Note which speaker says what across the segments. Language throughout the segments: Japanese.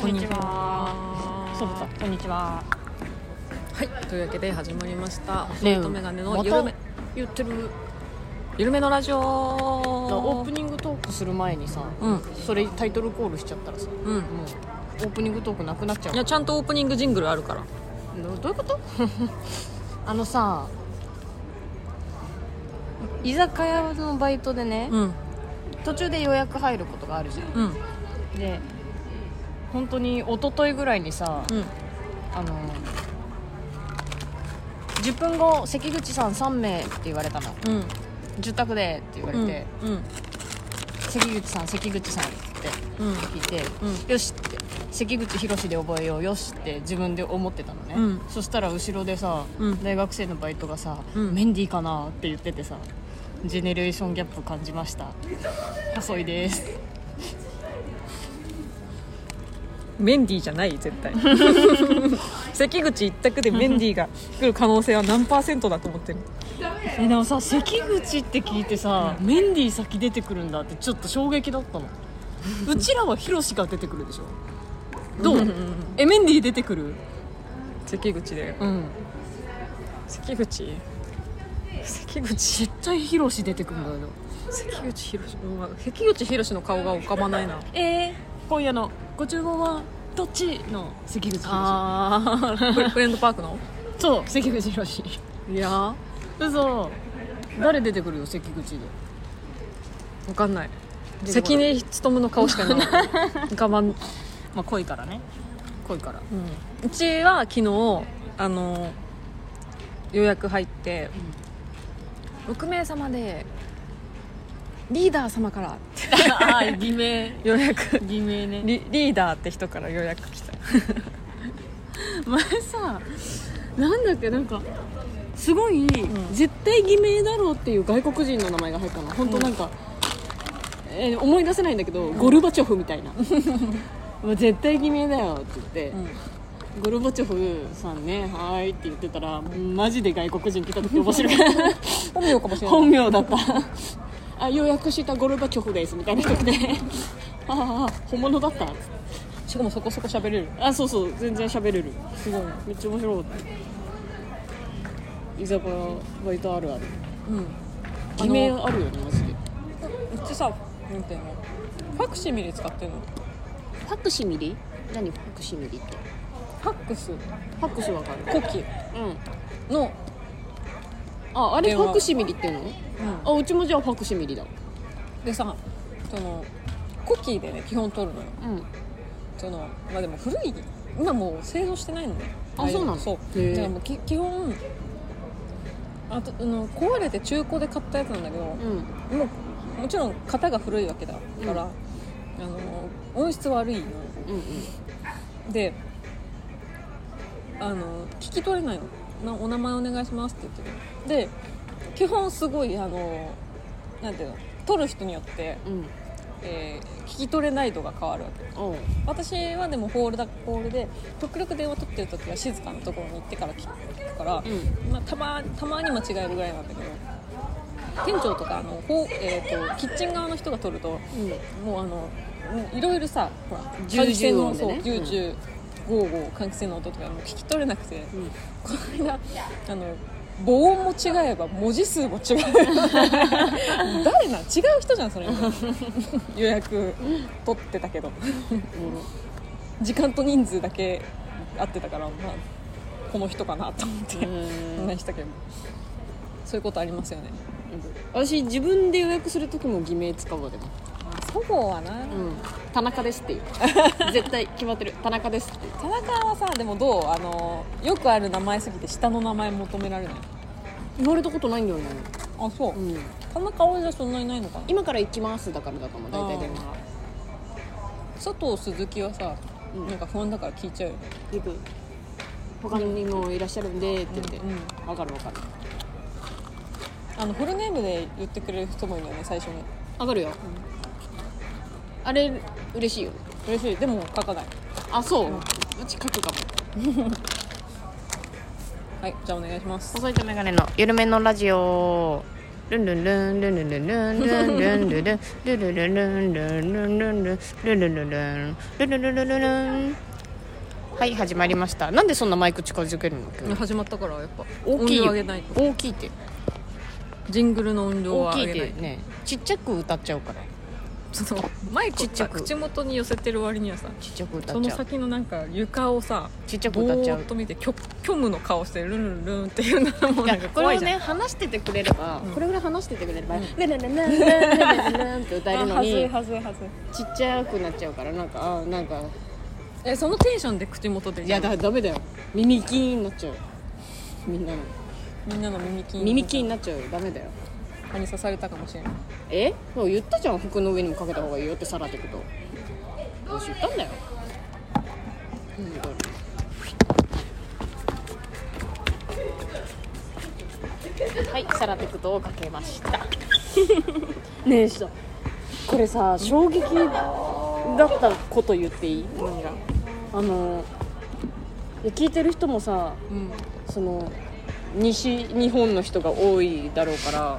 Speaker 1: こんにちは。
Speaker 2: そうだこんにちは
Speaker 1: はい、というわけで始まりました。
Speaker 2: ねえ
Speaker 1: 細いとメガネ
Speaker 2: ま
Speaker 1: の
Speaker 2: た
Speaker 1: ゆるめ、言ってる。ゆるめのラジオ。
Speaker 2: オー
Speaker 1: オ
Speaker 2: プニングトークする前にさ、
Speaker 1: うん、
Speaker 2: それタイトルコールしちゃったらさもう
Speaker 1: うん。
Speaker 2: オープニングトークなくなっちゃう
Speaker 1: いや、ちゃんとオープニングジングルあるから。
Speaker 2: どどういうこと あのさ居酒屋のバイトでね、
Speaker 1: うん、
Speaker 2: 途中で予約入ることがあるじゃ
Speaker 1: うん、
Speaker 2: んで本当に一昨日ぐらいにさ、
Speaker 1: うん。
Speaker 2: あの10分後関口さん3名って言われたの
Speaker 1: うん、
Speaker 2: 住宅でって言われて、
Speaker 1: うん、うん、
Speaker 2: 関口さん関口さんって
Speaker 1: うん、
Speaker 2: 聞いて、
Speaker 1: う
Speaker 2: よしって関口宏で覚えようよしって自分で思ってたのね、
Speaker 1: うん
Speaker 2: そしたら後ろでさ、
Speaker 1: うん
Speaker 2: 大学生のバイトがさ、
Speaker 1: うん
Speaker 2: メンディーかなって言っててさジェネレーションギャップ感じました細いです
Speaker 1: メンディーじゃない、絶 対。関口一択でメンディーが来る可能性は何パーセントだと思ってる。
Speaker 2: えでも さ関口って聞いてさ、メンディー先出てくるんだってちょっと衝撃だったのうちらはヒロシが出てくるでしょどうえメンディー出てくる
Speaker 1: 関口で。
Speaker 2: うん
Speaker 1: 関口。関口。
Speaker 2: 絶対ヒロシ出てくるんだよ
Speaker 1: 関口博士、うん関口博士の顔が浮かばないな。
Speaker 2: えー、今夜のご注文はどっちの関口博
Speaker 1: ああ、フレンドパークの。
Speaker 2: そう関口博士
Speaker 1: いやー、
Speaker 2: 嘘誰出てくるよ関口で
Speaker 1: わかんない。
Speaker 2: で
Speaker 1: 関根勤の顔しか いない。我慢。
Speaker 2: まあ濃いからね濃いから
Speaker 1: うん。うちは昨日、あのー予約入って、6名様で、リーダー様からって
Speaker 2: ああ偽名
Speaker 1: 予約。
Speaker 2: 偽名ね
Speaker 1: リリーダーって人から予約来た。
Speaker 2: 前さなんだっけなんかすごい、絶対偽名だろうっていう外国人の名前が入ったの本当なんか、えー思い出せないんだけど、ゴルバチョフみた いなもう絶対偽名だよって言って、ゴルバチョフさんねはーいって言ってたらマジで外国人来た時面白い
Speaker 1: 本名かもしれない。
Speaker 2: 本名だったあ予約したゴルバチョフですみたいな人 来てあああ本物だったっつって
Speaker 1: しかもそこそこ喋れる。
Speaker 2: あそうそう全然喋れる
Speaker 1: すごい。
Speaker 2: めっちゃ面白かった居酒屋バイトあるある
Speaker 1: うん。
Speaker 2: 偽名あるよねマジで
Speaker 1: うちさ、なんていうのファクシミリ使ってんの
Speaker 2: ファクシミリ何ファクシミリって
Speaker 1: ファック
Speaker 2: フ
Speaker 1: ス、
Speaker 2: ァックスわかる
Speaker 1: コキ
Speaker 2: うん
Speaker 1: の、
Speaker 2: ああれ
Speaker 1: 電
Speaker 2: フ
Speaker 1: 話
Speaker 2: ァクシミリっていうのあうちもじゃあファクシミリだ
Speaker 1: でさそのコキーでね基本取るのよ
Speaker 2: うん
Speaker 1: そのまあでも古い今もう製造してないのね
Speaker 2: あ
Speaker 1: い
Speaker 2: そうなの
Speaker 1: そう
Speaker 2: へえ
Speaker 1: だからもうき基本あとあの壊れて中古で買ったやつなんだけど、
Speaker 2: うん
Speaker 1: もうもちろん型が古いわけだから、あの音質悪いの
Speaker 2: うん
Speaker 1: であの聞き取れないのな「お名前お願いします」って言ってるで基本すごいあのなんていうの取る人によって
Speaker 2: うんうん
Speaker 1: えー聞き取れない度が変わるわけ
Speaker 2: おう
Speaker 1: 私はでもホールだホールで極力電話取ってる時は静かなところに行ってから聞聞くから、
Speaker 2: う
Speaker 1: まあ、たまたまに間違えるぐらいなんだけど店長とかあの、ほうえー、とキッチン側の人が取ると
Speaker 2: うん
Speaker 1: もうあのもういろいろさほら
Speaker 2: 重々
Speaker 1: 換気扇の
Speaker 2: 音で
Speaker 1: そう
Speaker 2: ね
Speaker 1: 重
Speaker 2: うん
Speaker 1: 々ゴーゴー換気扇の音とかもう聞き取れなくて、
Speaker 2: ん
Speaker 1: この間あの母音も違えば文字数も違う 誰なん違う人じゃんそれ 予約取ってたけど時間と人数だけ合ってたから、まあ、この人かなと思って
Speaker 2: うん
Speaker 1: 話したけどそういうことありますよね
Speaker 2: 私自分で予約する時も偽名使うわけだ
Speaker 1: そごうはな、
Speaker 2: うん田中ですって いう絶対決まってる田中ですって
Speaker 1: 田中はさでもどうあのよくある名前すぎて下の名前求められない
Speaker 2: 言われたことないんだよね
Speaker 1: あそう、
Speaker 2: うん
Speaker 1: 田中はじゃあそんなにないのかな
Speaker 2: 今から行きますだからだと思う大体電話
Speaker 1: あー佐藤鈴木はさ、
Speaker 2: うん
Speaker 1: なんか不安だから聞いちゃうよね
Speaker 2: よく他にもいらっしゃるんでって言って
Speaker 1: うんうん
Speaker 2: わ、かるわかる
Speaker 1: あのフルネームで言ってくれる人もいるよね最初に
Speaker 2: わかるよ、あれ嬉しいよね
Speaker 1: 嬉しいでも書かない
Speaker 2: あそう、うち書くかも
Speaker 1: はいじゃあお願いします
Speaker 2: 細いとメガネの緩めのラジオルンルンルンルンルンルンルンルンルンルンルンルンルンルンルンルンルンルンルンルンルンルンルンルンルンルンルンはい始まりましたなんでそんなマイク近づけるの
Speaker 1: 始まったからやっぱ
Speaker 2: 大きいよ
Speaker 1: 音量上げないと
Speaker 2: 大きいって
Speaker 1: ジングルの音量
Speaker 2: 大
Speaker 1: は
Speaker 2: き
Speaker 1: 上
Speaker 2: いっ
Speaker 1: げない
Speaker 2: てねちっちゃく歌っちゃうから
Speaker 1: そのマイク
Speaker 2: ちっちゃ
Speaker 1: さ
Speaker 2: く
Speaker 1: 口元に寄せてる割にはさ
Speaker 2: ちっちゃく歌
Speaker 1: そ
Speaker 2: っち
Speaker 1: の
Speaker 2: ゃう
Speaker 1: 先のなんか床をさ
Speaker 2: ちっちゃく
Speaker 1: ぼ
Speaker 2: 歌っちゃ
Speaker 1: ー
Speaker 2: う
Speaker 1: っと見て虚虚無の顔してルンルンルンっていうのはもう
Speaker 2: い
Speaker 1: な
Speaker 2: や
Speaker 1: んか
Speaker 2: これ
Speaker 1: 怖い
Speaker 2: を
Speaker 1: じゃん
Speaker 2: ね話しててくれれば
Speaker 1: うん
Speaker 2: これぐらい話しててくれれば「ルンルンルンルンルンルンルン」って歌えるのに
Speaker 1: はずいはずいはず
Speaker 2: ち
Speaker 1: い
Speaker 2: っちゃくなっちゃうからなんかあーなんか
Speaker 1: えそのテンションで口元で
Speaker 2: いやだダメだよ耳キーンになっちゃうみんなの
Speaker 1: みんなの耳キーン
Speaker 2: 耳キーンになっちゃうよダメだよ
Speaker 1: 蚊に刺されたかもしれない
Speaker 2: えもう言ったじゃん服の上にもかけた方がいいよってさらってこと私言ったんだよ本当にはい、サラテクトをかけました ねえしたこれさ衝撃だったこと言っていい
Speaker 1: 何が
Speaker 2: あのいや聞いてる人もさ
Speaker 1: うん
Speaker 2: その西日本の人が多いだろうから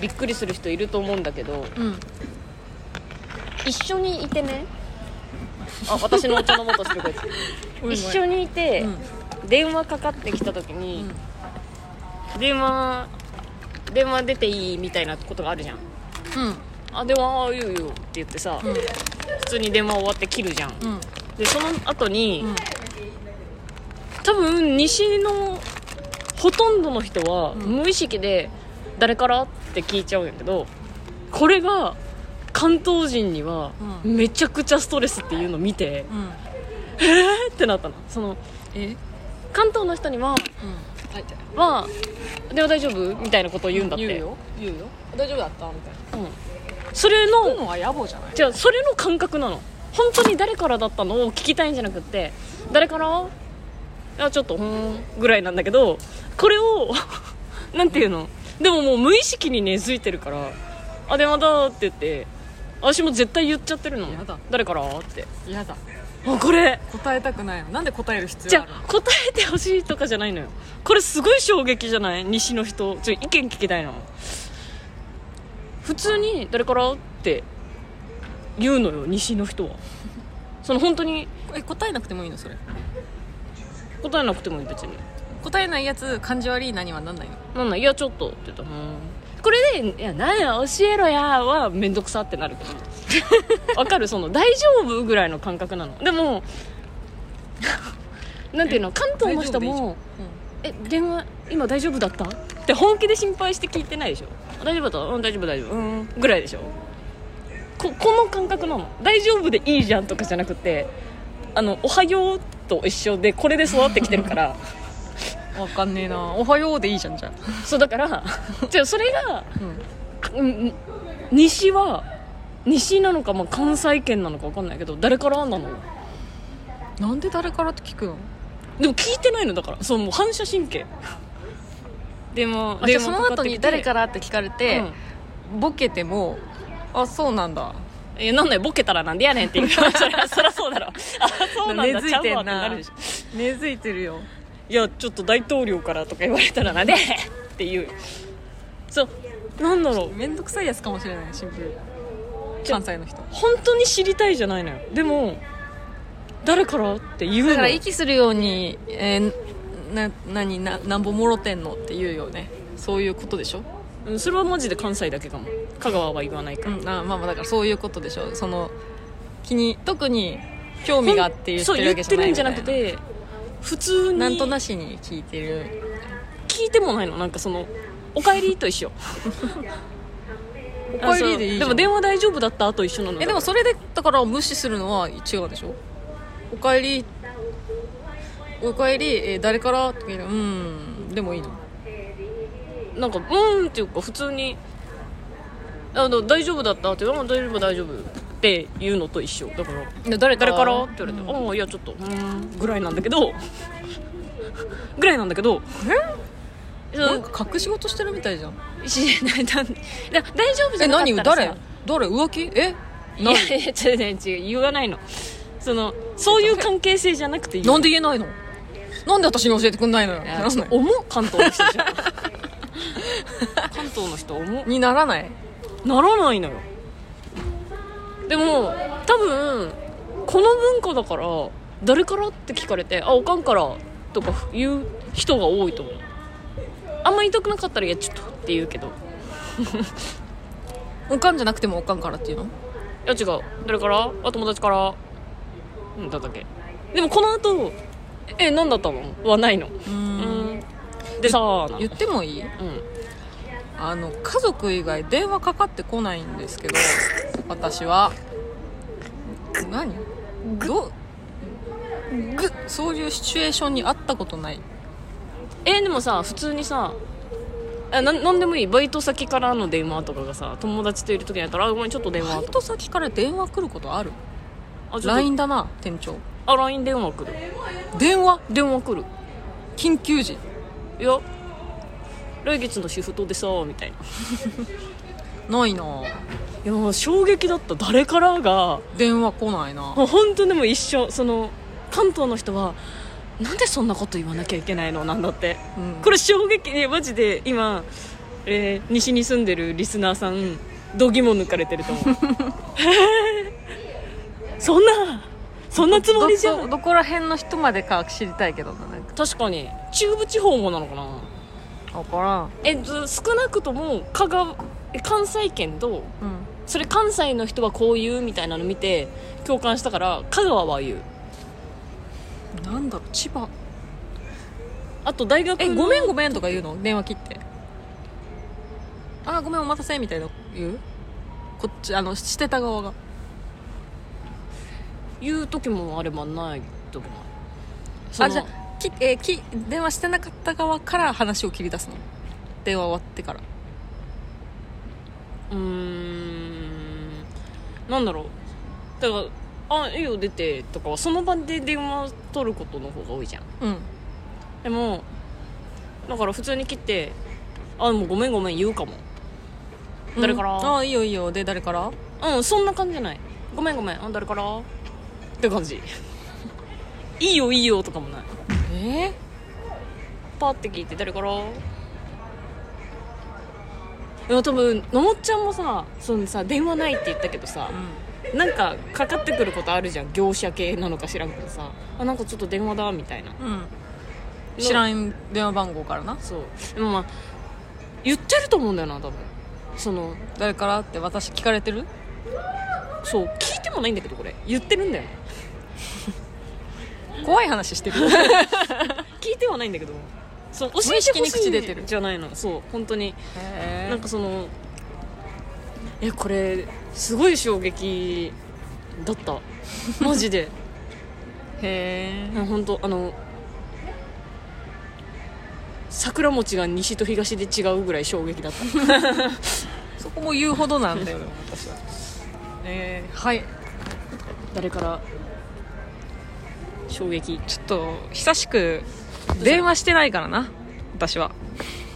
Speaker 2: びっくりする人いると思うんだけど
Speaker 1: うん
Speaker 2: 一緒にいてねあ私のお茶の元してくれて一緒
Speaker 1: に
Speaker 2: にいて、
Speaker 1: うん
Speaker 2: 電話かかってきた時に、電話電話出ていいみたいなことがあるじゃんあ電話ああいいよいいよって言ってさ、
Speaker 1: うん
Speaker 2: 普通に電話終わって切るじゃん
Speaker 1: うん
Speaker 2: でその後に、
Speaker 1: うん
Speaker 2: 多分西のほとんどの人は無意識で「誰から?」って聞いちゃうんやけどこれが関東人には
Speaker 1: う
Speaker 2: めちゃくちゃストレスっていうのを見て
Speaker 1: うんうん
Speaker 2: えってなったのその
Speaker 1: え
Speaker 2: 関東の人には
Speaker 1: うんはいじゃあ
Speaker 2: 「は電話大丈夫?」みたいなことを言うんだって、
Speaker 1: 言うよ言うよ大丈夫だったみたいな
Speaker 2: うんそれ
Speaker 1: そういう
Speaker 2: の
Speaker 1: のは野暮じゃない
Speaker 2: じゃあそれの感覚なの本当に誰からだったのを聞きたいんじゃなくって誰からいやちょっとほーんぐらいなんだけどこれを なんていうのでももう無意識に根付いてるから「あ電話だ」って言って私も絶対言っちゃってるの
Speaker 1: やだ
Speaker 2: 誰からって
Speaker 1: 嫌だ
Speaker 2: あこれ
Speaker 1: 答えたくないのなんで答える必
Speaker 2: じ
Speaker 1: 要
Speaker 2: ゃ
Speaker 1: ある
Speaker 2: あ答えてほしいとかじゃないのよこれすごい衝撃じゃない西の人ちょっと意見聞きたいな普通に誰からって言うのよ西の人はその本当に
Speaker 1: のえ答えなくてもいいのそれ
Speaker 2: 答えなくてもいい別に
Speaker 1: 答えないやつ感じ悪いなにはなんないの
Speaker 2: なんなんいやちょっとって言ったらうーんこれで「いやなんや教えろや」は面倒くさってなるけど わかるその「大丈夫?」ぐらいの感覚なのでもなんていうの関東の人
Speaker 1: 大丈夫でいいじゃん
Speaker 2: もえ電話今大丈夫だったって本気で心配して聞いてないでしょあ大丈夫だったうん大丈夫大丈夫うんぐらいでしょここの感覚なの大丈夫でいいじゃんとかじゃなくてあのおはようと一緒でこれで育ってきてるから
Speaker 1: うんわかんねえなおはようでいいじゃんじゃあ
Speaker 2: そうだからじゃあそれが、
Speaker 1: う
Speaker 2: うん
Speaker 1: ん
Speaker 2: うん、西は西なのか、まあ、関西圏なのか分かんないけど誰からなの
Speaker 1: なんで誰からって聞くの
Speaker 2: でも聞いてないのだからそうもう反射神経でも
Speaker 1: あじゃあその後に誰かららって聞かれて、ボケてもあそうなんだ
Speaker 2: えなんだよボケたらなんでやねんって言うからそりゃそりゃそう だろあそうなんだ
Speaker 1: 根付いてんな
Speaker 2: ちゃうわってなるでしょ
Speaker 1: 根付いてるよ
Speaker 2: いやちょっと大統領からとか言われたらなんでって言うそうなんだろう
Speaker 1: めんどくさいやつかもしれないシンプルに
Speaker 2: ちょ
Speaker 1: 関西の人
Speaker 2: 本当に知りたいじゃないのよでも誰からって言う
Speaker 1: だか
Speaker 2: の
Speaker 1: ら息するように「えー、な何ななんぼもろてんの?」って言うよねそういうことでしょ、
Speaker 2: うんそれはマジで関西だけかも香川は言わないから、
Speaker 1: うん、あまあまあだからそういうことでしょその気に特に興味があって言ってるわ
Speaker 2: そう
Speaker 1: けじゃない
Speaker 2: 言ってるんじゃなくて普通に
Speaker 1: なんとなしに聞いてる
Speaker 2: 聞いてもないのなんかその「おかえり」と 一緒
Speaker 1: おかえりでいいじゃん
Speaker 2: あそうでも電話大丈夫だったと一緒なの
Speaker 1: えでもそれでだから無視するのは違うでしょおかえりおかえり、えー誰からって聞いてうんでもいいの
Speaker 2: なんか「うーん」っていうか普通に「あの大丈夫だった」って「うん大丈夫大丈夫」って言うのと一緒だから
Speaker 1: で
Speaker 2: 「
Speaker 1: 誰
Speaker 2: 誰
Speaker 1: か
Speaker 2: からら?」って言われて「ああいやちょっとうーん」ぐらいなんだけど ぐらいなんだけどえ
Speaker 1: なんか隠し事してるみたいじゃん
Speaker 2: 知らないだだ大丈夫じ
Speaker 1: え
Speaker 2: ゃなかっ
Speaker 1: 何
Speaker 2: たらさ
Speaker 1: 誰誰浮気え
Speaker 2: いやいや違う違う違う言わないのそのそういう関係性じゃなくていい
Speaker 1: なんで言えないのなんで私に教えてくんないのよ
Speaker 2: いやちょっと重っ関東の人じゃん関東の人思
Speaker 1: にならない、
Speaker 2: ならないのよでも多分この文化だから誰からって聞かれて「あおかんから」とか言う人が多いと思うあんま言いたくなかったら「いやちょっと」って言うけど「
Speaker 1: おかんじゃなくてもおかんからっていうの
Speaker 2: いや違う誰からあ友達から」うんだっただけでもこの後え何だったの?」はないの
Speaker 1: う
Speaker 2: うんんでさあな
Speaker 1: 言ってもいい
Speaker 2: うん
Speaker 1: あの家族以外電話かかってこないんですけど私は何どうぐそういうシチュエーションにあったことない
Speaker 2: えーでもさ普通にさあななんでもいいバイト先からの電話とかがさ友達といる時にやったら「あごめんちょっと電
Speaker 1: バ
Speaker 2: 話」と
Speaker 1: イ
Speaker 2: か
Speaker 1: ト先から電話来ることある
Speaker 2: 「あちょっと
Speaker 1: LINE だな店長
Speaker 2: あ LINE 電話来る
Speaker 1: 電話
Speaker 2: 電話来る
Speaker 1: 緊急時
Speaker 2: いや来月のシフトでさみたいな
Speaker 1: ないない
Speaker 2: やもう衝撃だった誰からが
Speaker 1: 電話来ないな
Speaker 2: もう本当でも一緒その関東の人はなんでそんなこと言わなきゃいけないのなんだって
Speaker 1: うん
Speaker 2: これ衝撃いやマジで今、えー西に住んでるリスナーさん度肝抜かれてると思う へーそんなそんなつもりじゃ
Speaker 1: どこ
Speaker 2: ん
Speaker 1: どこら辺の人までか知りたいけどななんか
Speaker 2: 確かに中部地方もなのかな
Speaker 1: 分からん
Speaker 2: えず少なくとも香川え関西圏と
Speaker 1: うん
Speaker 2: それ関西の人はこう言うみたいなの見て共感したから香川は言う
Speaker 1: なんだろう千葉
Speaker 2: あと大学の
Speaker 1: えごめんごめんとか言うの電話切ってあーごめんお待たせみたいな言うこっちあのしてた側が
Speaker 2: 言う時もあればないと思うその
Speaker 1: あじゃあき、えーき電話してなかった側から話を切り出すの電話終わってから
Speaker 2: うーんなんだろうだから「あいいよ出て」とかはその場で電話取ることの方が多いじゃん
Speaker 1: うん
Speaker 2: でもだから普通に切って「あもうごめんごめん」言うかも誰から
Speaker 1: うんあーいいよいいよで誰から
Speaker 2: うんそんな感じじゃない「ごめんごめんあ誰から?」って感じ いいよいいよとかもない
Speaker 1: えー、
Speaker 2: パーって聞いて誰からいや多分のもっちゃんもさそのさ電話ないって言ったけどさ、なんかかかってくることあるじゃん業者系なのか知らんけどさあなんかちょっと電話だみたいな
Speaker 1: うん、うん、知らん電話番号からな
Speaker 2: そうでもまあ言ってると思うんだよな多分その
Speaker 1: 誰からって私聞かれてる
Speaker 2: そう聞いてもないんだけどこれ言ってるんだよね
Speaker 1: 怖い話してる
Speaker 2: 聞いてはないんだけどそう教
Speaker 1: 無
Speaker 2: え
Speaker 1: 意
Speaker 2: て
Speaker 1: 識
Speaker 2: ほ
Speaker 1: に
Speaker 2: しい
Speaker 1: 口出て
Speaker 2: ん
Speaker 1: る
Speaker 2: じゃないのそう本当に
Speaker 1: へ
Speaker 2: なんかそのえこれすごい衝撃だったマジで
Speaker 1: へ
Speaker 2: うん本当あの桜餅が西と東で違うぐらい衝撃だった
Speaker 1: そこも言うほどなんだよ私はえー、はい
Speaker 2: 誰から衝撃
Speaker 1: ちょっと久しく電話してないからな私は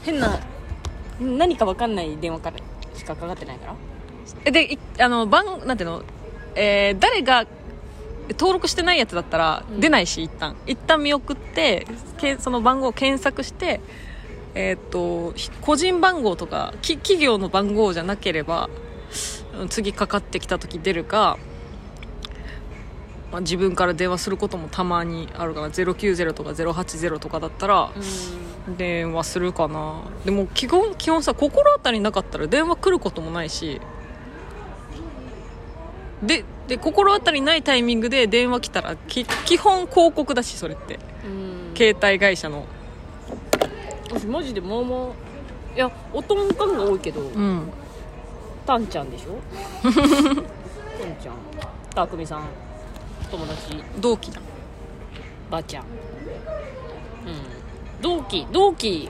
Speaker 2: 変な何か分かんない電話からしかかかってないから
Speaker 1: えでいあの番なんていうの、えー誰が登録してないやつだったら
Speaker 2: うん
Speaker 1: 出ないし、一旦一旦見送ってけその番号を検索してえーっとひ個人番号とかき企業の番号じゃなければうん次かかってきた時出るか、まあ、自分から電話することもたまにあるから090とか080とかだったら電話するかなでも基本基本さ心当たりなかったら電話来ることもないしでで心当たりないタイミングで電話来たらき基本広告だしそれって
Speaker 2: うんけ
Speaker 1: 携帯会社の
Speaker 2: 私マジでまあまあいやおとんかんが多いけど、
Speaker 1: うん
Speaker 2: たんちゃんでしょたんちゃんたくみさん友達
Speaker 1: 同期だ
Speaker 2: ばあちゃんうん同期同期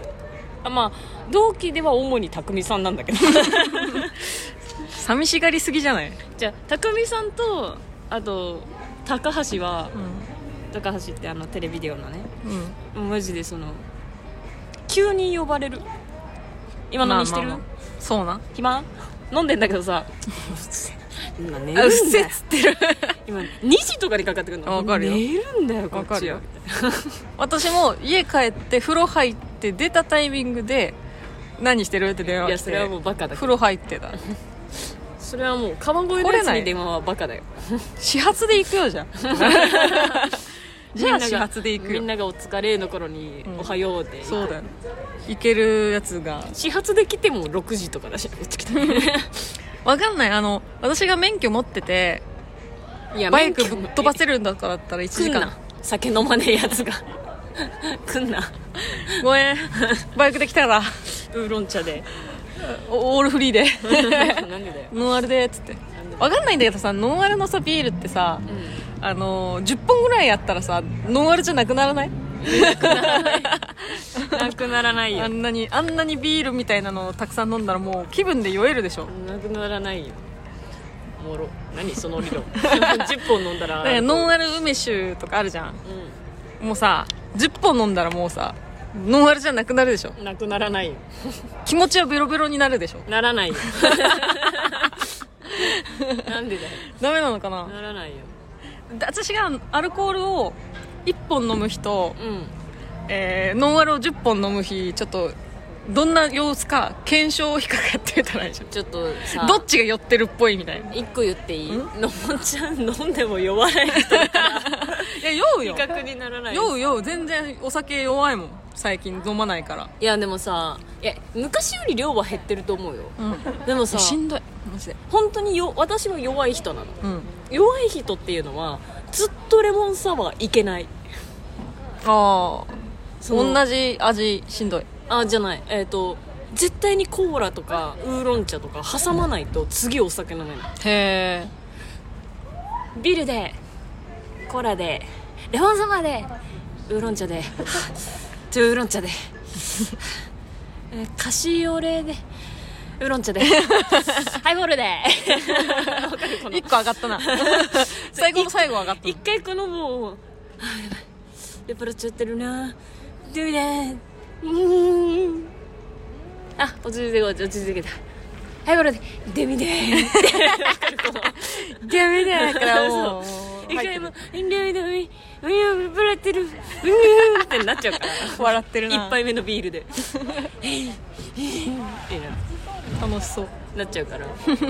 Speaker 2: あまあ同期では主にたくみさんなんだけど
Speaker 1: 寂しがりすぎじゃない、
Speaker 2: じゃあたくみさんとあと高橋は高橋ってあのテレビデオのね
Speaker 1: うん、
Speaker 2: マジでその急に呼ばれる今何してる、
Speaker 1: まあまあまあそうな
Speaker 2: 暇飲んでんだけどさ 今寝るんだ
Speaker 1: あ
Speaker 2: よ
Speaker 1: うっせっつってる
Speaker 2: 今2時とかにかかってくるの
Speaker 1: わかるよ
Speaker 2: 寝るんだよこっ
Speaker 1: わか
Speaker 2: ち
Speaker 1: る
Speaker 2: は
Speaker 1: よ私も家帰って風呂入って出たタイミングで何してるって電話
Speaker 2: いや
Speaker 1: 来
Speaker 2: そ
Speaker 1: て
Speaker 2: れはもうバカだ
Speaker 1: 風呂入ってた
Speaker 2: それはもう川越のやつに電話はバカだよ
Speaker 1: 始発で行く よじゃあじゃあ始発で行く
Speaker 2: み
Speaker 1: よ
Speaker 2: んながお疲れの頃に
Speaker 1: ん
Speaker 2: おはようで
Speaker 1: そうだよ行けるやつが
Speaker 2: 始発で来ても6時とかだしこっち来た
Speaker 1: わかんないあの私が免許持ってて
Speaker 2: いや
Speaker 1: バイクぶっ飛ば
Speaker 2: せ
Speaker 1: せるんだからだったら1
Speaker 2: く
Speaker 1: 時
Speaker 2: ん
Speaker 1: 間
Speaker 2: な酒飲まねえや つがくんな
Speaker 1: ごめんバイクで来たから
Speaker 2: ウーロン茶で
Speaker 1: おオールフリーで
Speaker 2: なんでだよ、
Speaker 1: ノンアルでっつってわかんないんだけどさノンアルのさビールってさ、
Speaker 2: うん、
Speaker 1: あのー10本ぐらいやったらさノンアルじゃなくならない
Speaker 2: なくならない
Speaker 1: あ
Speaker 2: よ
Speaker 1: んなにあんなにビールみたいなのをたくさん飲んだらもう気分で酔えるでしょ
Speaker 2: なくならないよおもろ何その理 論10本飲んだら
Speaker 1: だからノンアル梅酒とかあるじゃんもうさ10本飲んだらもうさノンアルじゃなくなるでしょ
Speaker 2: うん、なくならないよ
Speaker 1: 気持ちはベロベロになるでしょ
Speaker 2: ならない よなんでだよ
Speaker 1: ダメなのかな
Speaker 2: ならないよ
Speaker 1: 私がアルコールを1本飲む日と、
Speaker 2: うん
Speaker 1: えーノンアルを10本飲む日ちょっとどんな様子か検証を引っかかってみたらいいじゃん
Speaker 2: ちょっとさ
Speaker 1: どっちが酔ってるっぽいみたいな
Speaker 2: 一個言っていいのもちゃん飲んでも酔わない人
Speaker 1: いや酔うよ
Speaker 2: 比較にならない
Speaker 1: 酔う酔う全然お酒弱いもん最近飲まないから
Speaker 2: いやでもさいや昔より量は減ってると思うよ
Speaker 1: うん
Speaker 2: でもさ
Speaker 1: しんどいマジで
Speaker 2: 本当によ私も弱い人なの
Speaker 1: うん
Speaker 2: 弱い人っていうのはずっとレモンサワーいけない
Speaker 1: ああ
Speaker 2: その
Speaker 1: 同じ味しんどい
Speaker 2: あじゃないえっ、と絶対にコーラとかウーロン茶とか挟まないと次お酒飲めない
Speaker 1: へえ
Speaker 2: ビールでコーラでレモンサワーでウーロン茶でトゥーウーロン茶でえーカシオレでウーロン茶でハイボールでわかるこの
Speaker 1: 1個上がったな 最後の最後上がった
Speaker 2: 一回このもう「あーやばい酔っ払っちゃってるなどうだうーんあ落ち着いてこ落ち着いてきたはいこれで「デミでー」
Speaker 1: ダメだからもう
Speaker 2: 一
Speaker 1: 入っ
Speaker 2: 回
Speaker 1: て
Speaker 2: も
Speaker 1: る
Speaker 2: 「デミデミうん酔っ払ってるうん」ってなっちゃうから
Speaker 1: 笑ってるな
Speaker 2: 一杯目のビールでってなる
Speaker 1: 楽しそう
Speaker 2: なっちゃうから ずっ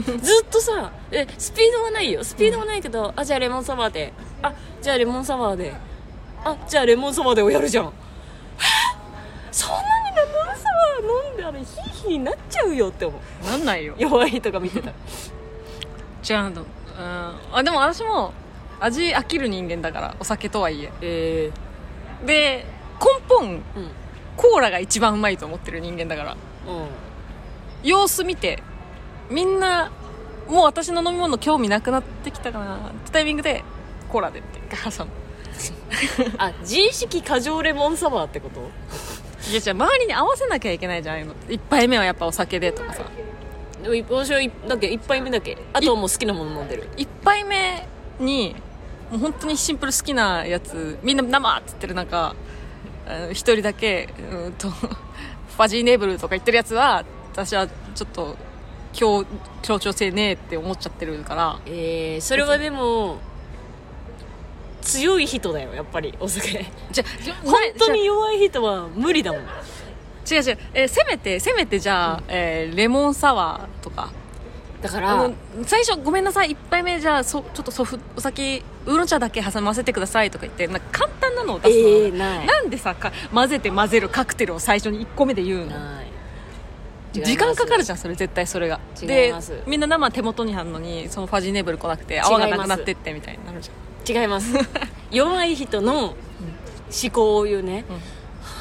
Speaker 2: とさえスピードはないよスピードはないけど、あじゃあレモンサワーであじゃあレモンサワーであじゃあレモンサワーでをやるじゃん そんなにレモンサワー飲んだらヒーヒーなっちゃうよって思う
Speaker 1: なんないよ
Speaker 2: 弱いとか見てたら
Speaker 1: じゃあどうんあでも私も味飽きる人間だからお酒とはいえ
Speaker 2: え
Speaker 1: で根本
Speaker 2: ー、うん
Speaker 1: コーラが一番うまいと思ってる人間だから
Speaker 2: うん
Speaker 1: 様子見てみんなもう私の飲み物興味なくなってきたかなってタイミングでコーラでって 母さん
Speaker 2: あ自意識過剰レモンサワーってこと
Speaker 1: いやじゃあ周りに合わせなきゃいけないじゃんああいうの一杯目はやっぱお酒でとかさ
Speaker 2: でも一私はいだっけ一杯目だけあとはもう好きなもの飲んでる
Speaker 1: 一杯目にもう本当にシンプル好きなやつみんな生っつってる中あの一人だけうーんと ファジーネーブルとか言ってるやつは私はちょっと強協調性ねえって思っちゃってるから
Speaker 2: えー、それはでも強い人だよやっぱりお酒
Speaker 1: じゃあ
Speaker 2: 本当に弱い人は無理だもん
Speaker 1: 違う違う、えーせめてせめてじゃあ、えーレモンサワーとか
Speaker 2: だか
Speaker 1: あ
Speaker 2: ら
Speaker 1: の最初ごめんなさい一杯目じゃあそちょっとソフお酒ウーロン茶だけ挟ませてくださいとか言ってなんか簡単なのを出すの、
Speaker 2: ええない
Speaker 1: なんでさか混ぜて混ぜるカクテルを最初に1個目で言うの
Speaker 2: ない
Speaker 1: 時間かかるじゃんそれ絶対それが
Speaker 2: 違い
Speaker 1: で
Speaker 2: ます
Speaker 1: みんな生手元にあるのにそのファジーネーブル来なくて
Speaker 2: ます
Speaker 1: 泡がなくなってってみたいになるじゃん
Speaker 2: ゃん違います 弱い人の思考を言うね、
Speaker 1: うん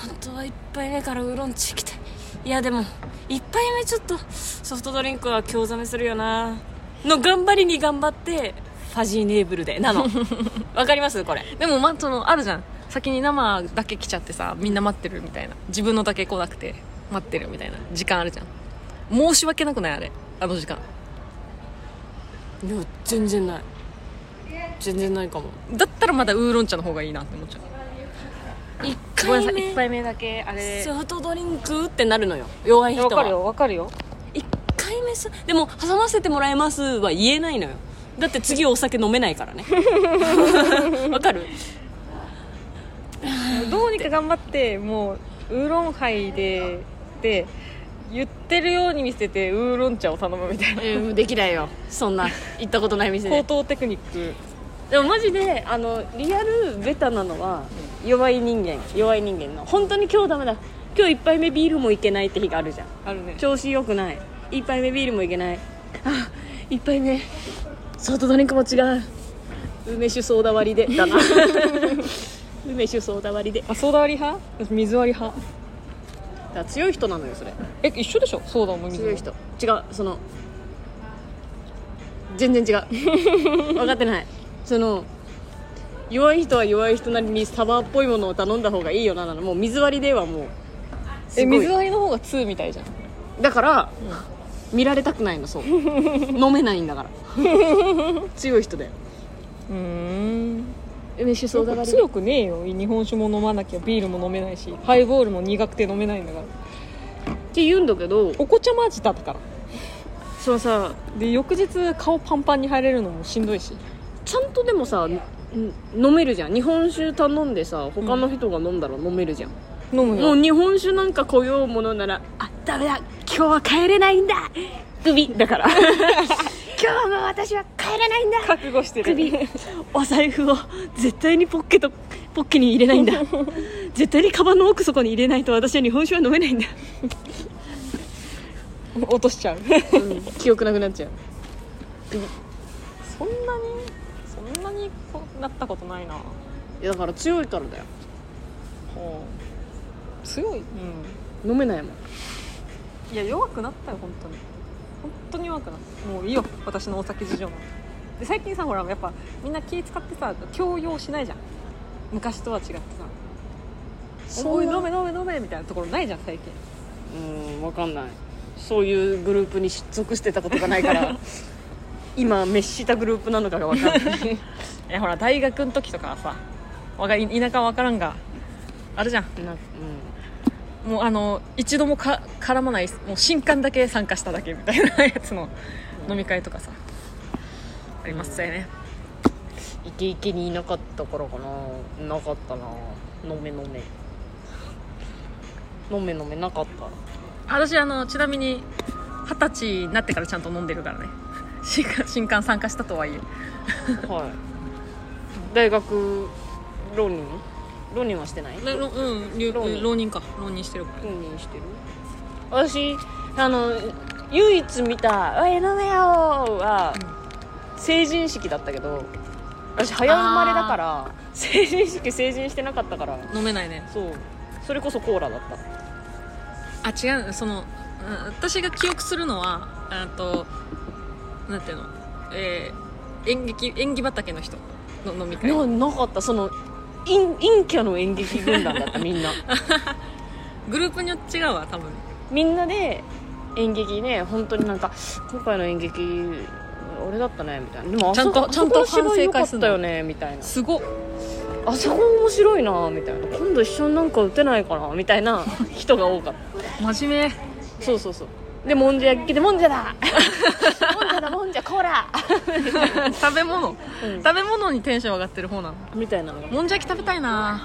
Speaker 2: 本当は1杯目からウーロン茶行きたいいやでも1杯目ちょっとソフトドリンクは興ざめするよなの頑張りに頑張ってファジーネーブルでな のわかりますこれ
Speaker 1: でも、ま、そのあるじゃん先に生だけ来ちゃってさみんな待ってるみたいな自分のだけ来なくて待ってるみたいな時間あるじゃん申し訳なくないあれあの時間
Speaker 2: いや全然ない全然ないかも
Speaker 1: だったらまだウーロン茶の方がいいなって思っちゃう
Speaker 2: 1
Speaker 1: ごめん
Speaker 2: 回
Speaker 1: なさい
Speaker 2: 目
Speaker 1: 1杯目だけあれ
Speaker 2: ソフトドリンクってなるのよ弱い人は
Speaker 1: わかるよ
Speaker 2: 1回目さでも挟ませてもらいますは言えないのよだって次お酒飲めないから ねわかる
Speaker 1: どうにか頑張ってもうウーロンハイでで言ってるように見せてウーロン茶を頼むみたいな
Speaker 2: うんできないよそんな行ったことない店
Speaker 1: 高
Speaker 2: で
Speaker 1: 等テクニック
Speaker 2: でもマジであのリアルベタなのは弱い人間弱い人間の本当に今日ダメだ今日一杯目ビールもいけないって日があるじゃん
Speaker 1: あるね
Speaker 2: 調子良くない一杯目ビールもいけないあ一杯目ソフトドリンクも違う梅酒ソーダ割りでだ な梅酒ソーダ割りでだか
Speaker 1: あソーダ割り派私水割り派
Speaker 2: ら強い人なのよそれ
Speaker 1: え一緒でしょソーダも水も
Speaker 2: 強い人違うその全然違う 分かってないその弱い人は弱い人なりにサバーっぽいものを頼んだ方がいいよななのもう水割りではもうす
Speaker 1: え
Speaker 2: ごい
Speaker 1: 水割りの方が2みたいじゃん
Speaker 2: だから、見られたくないのそう 飲めないんだから強い人だよ
Speaker 1: うん
Speaker 2: 梅酒ソーダ割り
Speaker 1: 強くねえよ日本酒も飲まなきゃビールも飲めないしハイボールも苦くて飲めないんだから
Speaker 2: って言うんだけど
Speaker 1: お子ちゃま味だったから
Speaker 2: そのさ
Speaker 1: で翌日顔パンパンに入れるのもしんどいし
Speaker 2: ちゃんとでもさん飲めるじゃん日本酒頼んでさ他の人が飲んだら飲めるじゃん、
Speaker 1: 飲
Speaker 2: も
Speaker 1: むよ
Speaker 2: う日本酒なんか来ようものならあダメだ今日は帰れないんだ首だから 今日はもう私は帰れないんだ
Speaker 1: 覚悟してる
Speaker 2: 首お財布を絶対にポッケとポッケに入れない んだ絶対にカバンの奥底に入れないと私は日本酒は飲めないんだ、
Speaker 1: 落としちゃう
Speaker 2: 記憶なくなっちゃう
Speaker 1: そんなにそんなにこうなったことないな、
Speaker 2: いやだから強いからだよ
Speaker 1: 強いうん
Speaker 2: 飲めないもん
Speaker 1: いや弱くなったよ本当に本当に弱くなったもういいよ私のお酒事情もで最近さほらやっぱみんな気使ってさ強要しないじゃん昔とは違ってさ「おい飲め飲め飲め」みたいなところないじゃん最近
Speaker 2: うんわかんないそういうグループに属してたことがないから 今滅したグループなのかがわ かんない
Speaker 1: えほら大学の時とかはさわか田舎は分からんがあるじゃん
Speaker 2: なうん
Speaker 1: もうあの一度もか絡まないもう新刊だけ参加しただけみたいなやつの飲み会とかさありますよね
Speaker 2: イケイケにいなかったからかななかったな飲め飲め 飲め飲めなかった
Speaker 1: 私あのちなみに二十歳になってからちゃんと飲んでるからね 新刊新刊参加したとはいえ
Speaker 2: はい。大学浪人？浪人はしてない？浪
Speaker 1: うん
Speaker 2: 浪人
Speaker 1: 浪人か浪人してるから
Speaker 2: 人してる？私あの唯一見た「おい飲めよ!」は成人式だったけど、私早生まれだから成人式成人してなかったから、
Speaker 1: 飲めないね
Speaker 2: そう。それこそコーラだった。
Speaker 1: あ違うそのうん私が記憶するのはあとなんていうのえー演劇演技畑の人の飲み会
Speaker 2: ななかったその陰陰キャの演劇軍団だったみん な。
Speaker 1: グループによって違うわ多分
Speaker 2: みんなで演劇ね本当になんか今回の演劇俺だったねみたいなでもあそ
Speaker 1: ちゃんと
Speaker 2: あ
Speaker 1: ちゃ
Speaker 2: そ
Speaker 1: んと
Speaker 2: この芝居良
Speaker 1: 反省
Speaker 2: か
Speaker 1: 会
Speaker 2: っ
Speaker 1: すん
Speaker 2: た
Speaker 1: の
Speaker 2: よねみたいな
Speaker 1: すごっ
Speaker 2: あそこ面白いなみたいな今度一緒になんか打てないかなみたい な人が多かっ
Speaker 1: 真面目
Speaker 2: たそうそうそうでもんじゃ焼きでもんじゃ だもんじゃだもんじゃコーラ
Speaker 1: 食べ物、
Speaker 2: ん
Speaker 1: 食べ物にテンション上がってる方なの
Speaker 2: みたいなのが
Speaker 1: もんじゃ焼き食べたいな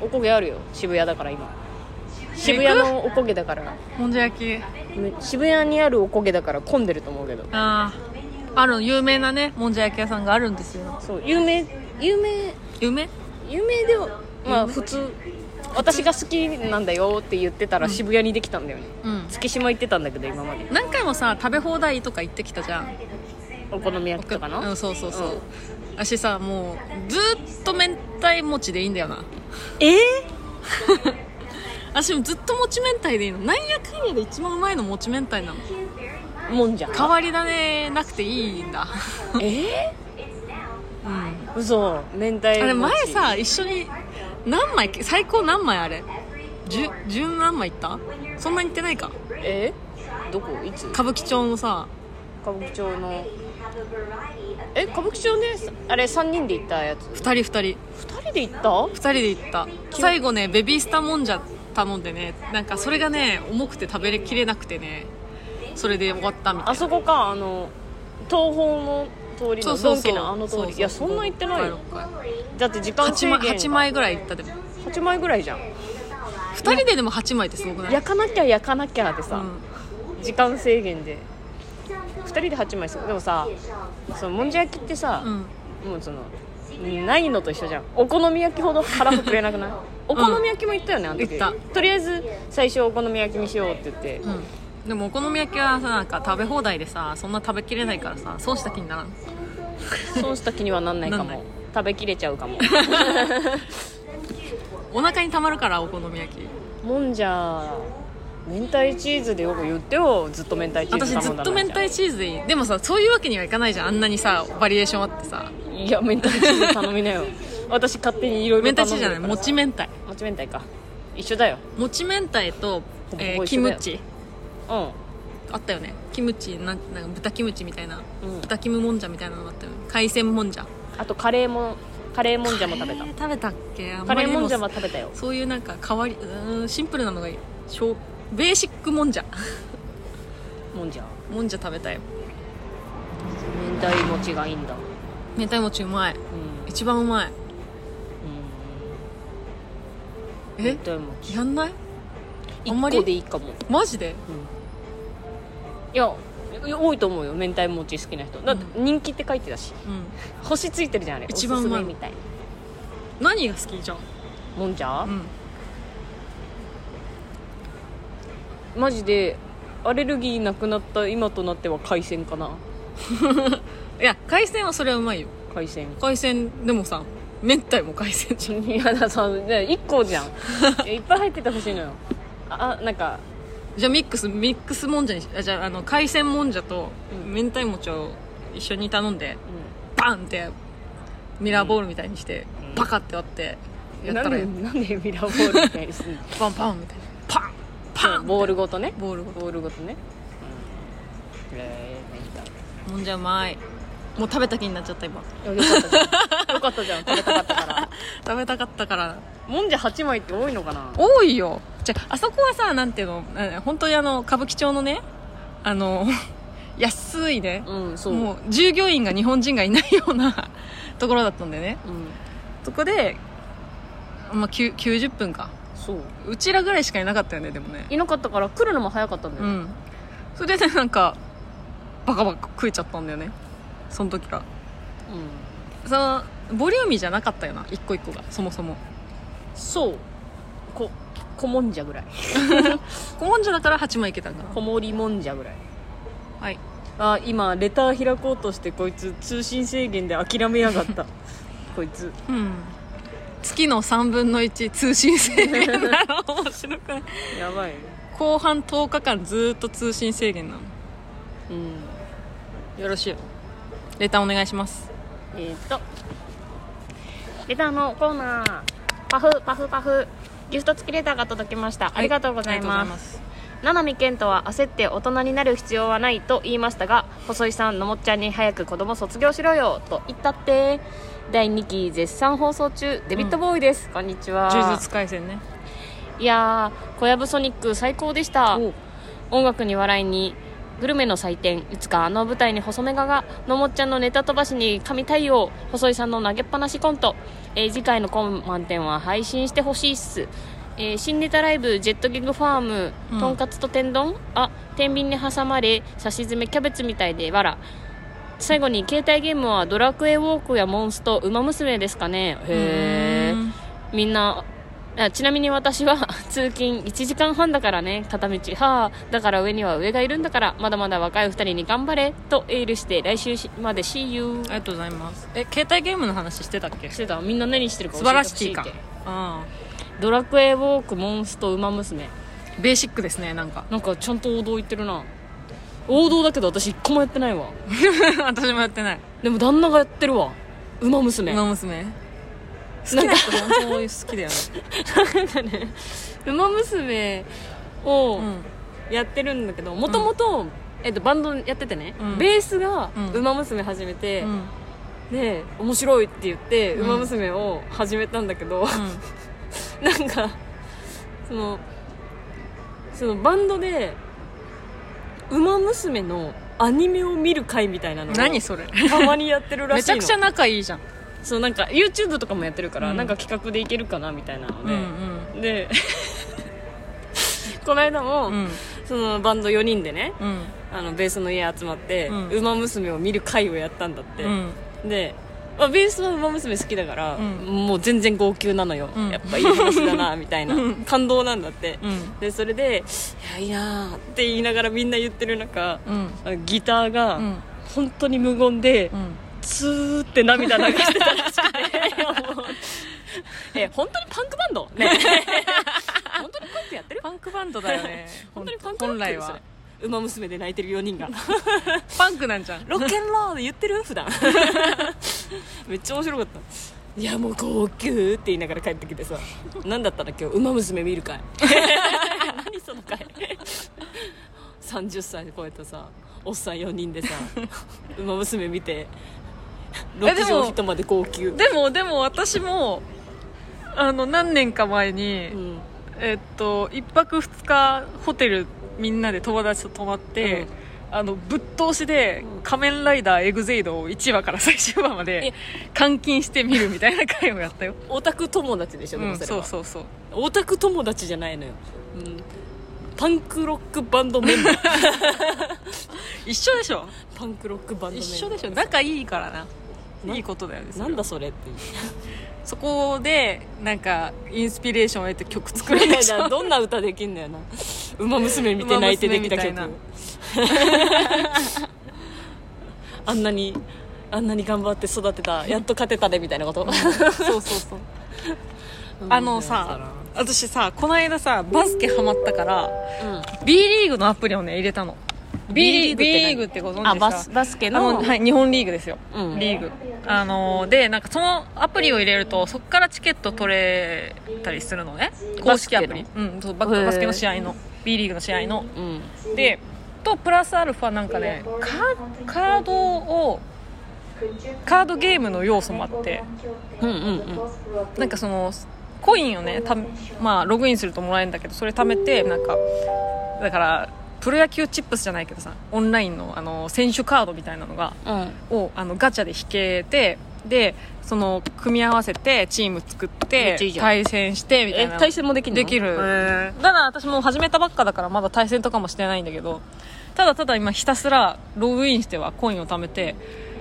Speaker 2: おこげあるよ渋谷だから今渋谷のおこげだから
Speaker 1: もんじゃ焼き
Speaker 2: 渋谷にあるおこげだから混んでると思うけど
Speaker 1: ああある有名なねもんじゃ焼き屋さんがあるんですよ
Speaker 2: そう有名有名
Speaker 1: 有名
Speaker 2: 有名ではまあ普通私が好きなんだよって言ってたら渋谷にできたんだよね、
Speaker 1: うん
Speaker 2: 月島行ってたんだけど今まで
Speaker 1: 何回もさ食べ放題とか行ってきたじゃん
Speaker 2: お好み焼きとか
Speaker 1: う
Speaker 2: の
Speaker 1: んそうそうそう、私さもうずーっと明太餅でいいんだよな
Speaker 2: えー、
Speaker 1: 私もずっともち明太でいいのなんやかんやで一番うまいのもち明太なの
Speaker 2: もんじゃ
Speaker 1: 変わり種なくていいんだ
Speaker 2: え
Speaker 1: うんあ
Speaker 2: ー、嘘明太
Speaker 1: れ前
Speaker 2: 餅
Speaker 1: さ一緒に何枚最高何枚あれ十十何枚いったそんなにいってないか
Speaker 2: えどこいつ歌
Speaker 1: 歌舞伎町のさ
Speaker 2: 舞伎町のえ歌舞伎町ねあれ3人で行ったやつ
Speaker 1: 2人2人
Speaker 2: 2人で行った
Speaker 1: 2人で行った最後ねベビースターもんじゃ頼んでねなんかそれがね重くて食べきれなくてねそれで終わったみたいな
Speaker 2: あそこかあの東宝の通りのドンキのあの通りいやそんな行ってないよだって時間制限
Speaker 1: 8
Speaker 2: が
Speaker 1: 枚 ,8 枚ぐらい行ったでも
Speaker 2: 8枚ぐらいじゃん
Speaker 1: 2人ででも8枚ってすごくない
Speaker 2: 焼かなきゃ焼かなきゃで
Speaker 1: う
Speaker 2: さ、
Speaker 1: ん
Speaker 2: 時間制限で2人で8枚するでもさそのもんじゃ焼きってさ、
Speaker 1: うん
Speaker 2: もうそのないのと一緒じゃんお好み焼きほど腹膨れな くないお好み焼きも言ったよね、あの時
Speaker 1: 言った
Speaker 2: とりあえず最初お好み焼きにしようって言って、
Speaker 1: うんでもお好み焼きはさなんか食べ放題でさそんな食べきれないからさ損した気にならん
Speaker 2: そうした気にはなんないか
Speaker 1: なんな
Speaker 2: も
Speaker 1: い
Speaker 2: 食べきれちゃうか も
Speaker 1: お腹にたまるからお好み焼き
Speaker 2: もんじゃ明太チーズでよく言ってよずっと明太チー
Speaker 1: 私
Speaker 2: ズ
Speaker 1: ずっと明太チーズでいいでもさそういうわけにはいかないじゃんあんなにさバリエーションあってさ
Speaker 2: ーズいや明太チーズ頼みな よ私勝手にいろい
Speaker 1: 明
Speaker 2: ろ
Speaker 1: 太
Speaker 2: 頼
Speaker 1: チ
Speaker 2: ん
Speaker 1: ーズじ
Speaker 2: で
Speaker 1: ゃない
Speaker 2: るから
Speaker 1: もち明太
Speaker 2: もち明太か一緒だよ
Speaker 1: もち明太と、えー
Speaker 2: ほぼ
Speaker 1: キ
Speaker 2: 一緒だ
Speaker 1: ム
Speaker 2: よ
Speaker 1: チ
Speaker 2: うん
Speaker 1: あったよねキムチなんなんか豚キムチみたいな、
Speaker 2: うん
Speaker 1: 豚キムもんじゃみたいなのがあったよね海鮮もんじゃ
Speaker 2: あとカレーもカレーもんじゃも食べた
Speaker 1: えー食べたっけあん
Speaker 2: カ
Speaker 1: ま
Speaker 2: レ
Speaker 1: り
Speaker 2: ーもんじゃ
Speaker 1: も
Speaker 2: も食べたよ
Speaker 1: そういうなんか変わりうーんシンプルなのがいいしょうベーシックもんじゃ
Speaker 2: もんじゃ
Speaker 1: もんじゃ食べたい
Speaker 2: 明太餅がいいんだ
Speaker 1: 明太餅うまい
Speaker 2: うん
Speaker 1: 一番うまい
Speaker 2: うん明
Speaker 1: え
Speaker 2: 太餅
Speaker 1: やんないあんま
Speaker 2: 1個で
Speaker 1: り
Speaker 2: いいかも
Speaker 1: マジで
Speaker 2: いやいや多いと思うよ明太餅好きな人だって人気って書いてたし
Speaker 1: うん
Speaker 2: 星ついてるじゃんあれ
Speaker 1: 一番う
Speaker 2: おすす
Speaker 1: まい
Speaker 2: めみたい
Speaker 1: 何が好きじゃん
Speaker 2: もんじゃ、
Speaker 1: うん
Speaker 2: マジでアレルギーなくなった今となっては海鮮かない
Speaker 1: や海鮮はそれはうまいよ
Speaker 2: 海鮮
Speaker 1: 海鮮でもさ明太も海鮮じ
Speaker 2: いやださ1個じゃ んいやいっぱい入っててほしいのよああなんか
Speaker 1: ゃんじゃあミックスミックスもんじゃにしあじゃああの海鮮もんじゃと
Speaker 2: うん
Speaker 1: 明太餅を一緒に頼んで
Speaker 2: う
Speaker 1: バンってミラーボールみたいにして、
Speaker 2: うん
Speaker 1: パカって割ってや
Speaker 2: ん
Speaker 1: っ
Speaker 2: な
Speaker 1: た
Speaker 2: ん
Speaker 1: ら
Speaker 2: でなんでミラーボールみたいにす んの
Speaker 1: パンパンみたいなパンパン
Speaker 2: ボールごとね
Speaker 1: ボールごと
Speaker 2: ボールごとねうんえ
Speaker 1: もんじゃうまいもう食べた気になっちゃった今
Speaker 2: ーなんかよかったじゃんよか ったじゃん食べたかったから
Speaker 1: 食べたかったから
Speaker 2: もんじゃ8枚って多いのかな
Speaker 1: 多いよじゃああそこはさなんていうのあ本当にあの歌舞伎町のねあの 安いね、
Speaker 2: うんそう
Speaker 1: もう従業員が日本人がいないような ところだったんでね
Speaker 2: うん
Speaker 1: そこで、まあ、きゅ90分か
Speaker 2: そう
Speaker 1: うちらぐらいしかいなかったよねでもね
Speaker 2: いなかったから来るのも早かったんだ
Speaker 1: う
Speaker 2: よ、
Speaker 1: んそれでねなんかバカバカ食えちゃったんだよねその時から
Speaker 2: うん
Speaker 1: そのボリューミーじゃなかったよな一個一個がそもそも
Speaker 2: そうここもんじゃぐらい
Speaker 1: 古文書だから8枚いけたんかな
Speaker 2: こもりもんじゃぐらい
Speaker 1: はい
Speaker 2: あ今レター開こうとしてこいつ通信制限で諦めやがった こいつ
Speaker 1: うん月の3分の1通信制限なの面白くない
Speaker 2: やばい
Speaker 1: 後半10日間ずーっと通信制限なの
Speaker 2: うん
Speaker 1: よろしいよレターお願いします
Speaker 2: えーっとレターのコーナーパフパフパフギフト付きレターが届きました、ありがとうございます
Speaker 1: す
Speaker 2: 七海健人は焦って大人になる必要はないと言いましたが細井さんのもっちゃんに早く子供卒業しろよと言ったって第2期絶賛放送中デビッド・ボーイです、こんにちは
Speaker 1: 呪術廻戦ね
Speaker 2: いやー小籔ソニック最高でした
Speaker 1: おう
Speaker 2: 音楽に笑いにグルメの祭典いつかあの舞台に細メガがのもっちゃんのネタ飛ばしに神対応細井さんの投げっぱなしコント、えー次回のコン満点は配信してほしいっす、えー新ネタライブジェットギグファーム
Speaker 1: うん
Speaker 2: とんかつと天丼、あ天秤に挟まれさし詰めキャベツみたいでわら最後に携帯ゲームはドラクエウォークやモンストウマ娘ですかねへ
Speaker 1: う
Speaker 2: え
Speaker 1: ーん
Speaker 2: みんなあちなみに私は 通勤1時間半だからね片道はあだから上には上がいるんだからまだまだ若い2人に頑張れとエールして来週しまで See you
Speaker 1: ありがとうございますえ携帯ゲームの話してたっけ
Speaker 2: し
Speaker 1: 素
Speaker 2: てたみんな何してるか教
Speaker 1: 晴
Speaker 2: えて
Speaker 1: ら
Speaker 2: ほ
Speaker 1: し
Speaker 2: し
Speaker 1: い
Speaker 2: い
Speaker 1: か
Speaker 2: って
Speaker 1: あ
Speaker 2: ドラクエウォークモンストウマ娘
Speaker 1: あベーシックですねな んか
Speaker 2: なんかちゃんと王道言ってるな王道だけど私1個もやってないわ
Speaker 1: 私もやってない
Speaker 2: でも旦那がやってるわウマ娘
Speaker 1: 馬娘好きな人本当に好きだよね
Speaker 2: ウマ娘を
Speaker 1: うん
Speaker 2: やってるんだけどもともとバンドやっててね、
Speaker 1: うん
Speaker 2: ベースが
Speaker 1: うん
Speaker 2: ウマ娘始めて、
Speaker 1: うんうん
Speaker 2: で面白いって言って「
Speaker 1: うん
Speaker 2: ウマ娘」を始めたんだけど、 なんかそのそのバンドで「ウマ娘」のアニメを見る会みたいなのを
Speaker 1: 何それ
Speaker 2: たまにやってるら
Speaker 1: め
Speaker 2: しい
Speaker 1: ち
Speaker 2: の
Speaker 1: ゃくちゃ仲いいじゃん
Speaker 2: そうなんか YouTube とかもやってるから、
Speaker 1: うん
Speaker 2: なんか企画でいけるかなみたいなの
Speaker 1: うん
Speaker 2: で、
Speaker 1: うん
Speaker 2: でこの間も、
Speaker 1: うん
Speaker 2: そのバンド4人でね、
Speaker 1: うん
Speaker 2: あのベースの家集まって、
Speaker 1: うん
Speaker 2: ウマ娘を見る会をやったんだって、
Speaker 1: うん
Speaker 2: で、まあ、ベースはウマ娘好きだから、
Speaker 1: うん
Speaker 2: もう全然号泣なのよ、
Speaker 1: うん
Speaker 2: やっぱいい話だなみたいな感動なんだって、
Speaker 1: うん
Speaker 2: でそれで「いやいいなー」って言いながらみんな言ってる中、
Speaker 1: うん
Speaker 2: あギターが
Speaker 1: うん
Speaker 2: 本当に無言で、
Speaker 1: うん
Speaker 2: ツーって涙流してたらしく てもうえ本当にパンクバンド ね本当にパンクやってる
Speaker 1: パンクバンドだよね
Speaker 2: 本当にパンク
Speaker 1: 本来
Speaker 2: それ
Speaker 1: は
Speaker 2: ウマ娘で泣いてる4人が
Speaker 1: パンクなんじゃん
Speaker 2: ロッケンロール言ってる普段 めっちゃ面白かったいやもう号泣って言いながら帰ってきてさ何だったんだ今日ウマ娘見る会 何その会30歳超えたさおっさん4人で さウマ娘見て6
Speaker 1: でも
Speaker 2: 畳一まで号泣
Speaker 1: でもでも私もあの何年か前に、
Speaker 2: うん
Speaker 1: えっと1泊2日ホテルみんなで友達と泊まって、あのぶっ通しで「仮面ライダーエグゼイド」を1話から最終話まで監禁して見るみたいな回をやっ たよ、
Speaker 2: オタク友達でしょで
Speaker 1: う
Speaker 2: も
Speaker 1: ん、
Speaker 2: それ
Speaker 1: そ
Speaker 2: は、
Speaker 1: うそうそう
Speaker 2: オタク友達じゃないのよ、うん、パンクロックバンドメンバ ー
Speaker 1: 一緒でしょ
Speaker 2: パンクロックバンドメンバー
Speaker 1: 一緒でしょ仲いいからな
Speaker 2: ない
Speaker 1: いことだよねそれは
Speaker 2: なんだそれって
Speaker 1: そこでなんかインスピレーションを得て曲作
Speaker 2: い
Speaker 1: るん
Speaker 2: や
Speaker 1: で
Speaker 2: い
Speaker 1: し
Speaker 2: や
Speaker 1: ょ
Speaker 2: どんな歌できんのよな「ウマ娘」見て泣いてできた
Speaker 1: ウ
Speaker 2: 曲
Speaker 1: マ娘み
Speaker 2: あんなにあんなに頑張って育てたやっと勝てたでみたいなこと
Speaker 1: そうそうそうあのさ、 私さこの間さバスケハマったから
Speaker 2: うん、
Speaker 1: B リーグのアプリをね入れたの B リーグ
Speaker 2: B
Speaker 1: リ
Speaker 2: リーグ
Speaker 1: ーグ
Speaker 2: っ
Speaker 1: っててご存
Speaker 2: あ
Speaker 1: 知
Speaker 2: バ
Speaker 1: です
Speaker 2: ス
Speaker 1: か
Speaker 2: バスケ
Speaker 1: あの
Speaker 2: の
Speaker 1: はい、日本リーグですよ、
Speaker 2: うん
Speaker 1: リーグあのでなんかそのアプリを入れるとそこからチケット取れたりするのね公式アプリ
Speaker 2: バス
Speaker 1: うんそうバ
Speaker 2: へー
Speaker 1: バスケの試合の B リーグの試合の
Speaker 2: うん
Speaker 1: でとプラスアルファなんかねカカードをカードゲームの要素もあって
Speaker 2: うんうんうん
Speaker 1: なんかそのコインをねた、まあ、ログインするともらえるんだけどそれ貯めてなんかだからプロ野球チップスじゃないけどさオンラインのあの選手カードみたいなのが
Speaker 2: うん
Speaker 1: をあのガチャで引けてでその組み合わせてチーム作っ
Speaker 2: めってちゃいいじゃん
Speaker 1: 対戦してみたい
Speaker 2: え
Speaker 1: な
Speaker 2: 対戦もできるの
Speaker 1: できる
Speaker 2: へー
Speaker 1: ただ私もう始めたばっかだからまだ対戦とかもしてないんだけどただただ今ひたすらログインしてはコインを貯めて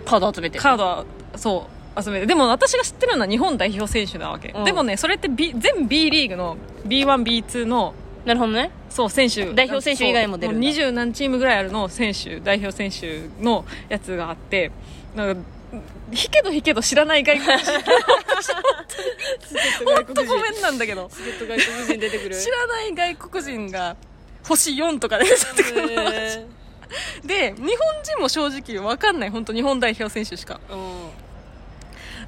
Speaker 2: カード集めて
Speaker 1: カードはそう集めてでも私が知ってるのは日本代表選手なわけ、
Speaker 2: うん
Speaker 1: でもねそれって B 全 B リーグの B1B2 の
Speaker 2: なるほどね
Speaker 1: そう選手
Speaker 2: 代表選手以外も出るんだ
Speaker 1: 二十何チームぐらいあるの選手代表選手のやつがあってなんか引けど引けど知らない外国人
Speaker 2: 外
Speaker 1: 本当ごめんなんだけど
Speaker 2: チケット外国人出てく る
Speaker 1: 知らない外国人が星4とかで出てくるの
Speaker 2: へ
Speaker 1: で日本人も正直分かんない本当日本代表選手しか
Speaker 2: ーうん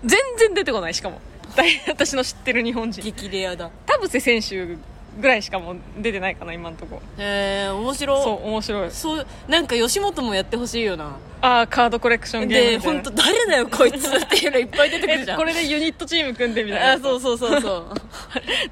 Speaker 1: 全然出てこないしかも大私の知ってる日本人
Speaker 2: 激レアだ
Speaker 1: 田臥選手ぐらいしかもう出てないかな今のとこ
Speaker 2: へえ面白
Speaker 1: そう面白い
Speaker 2: そうなんか吉本もやってほしいよな
Speaker 1: ああカードコレクションゲーム
Speaker 2: で
Speaker 1: みたいな
Speaker 2: 本当誰だよこいつっていうのいっぱい出てくるじゃ
Speaker 1: え
Speaker 2: ん
Speaker 1: これでユニットチーム組んでみたいな
Speaker 2: あそうそうそうそう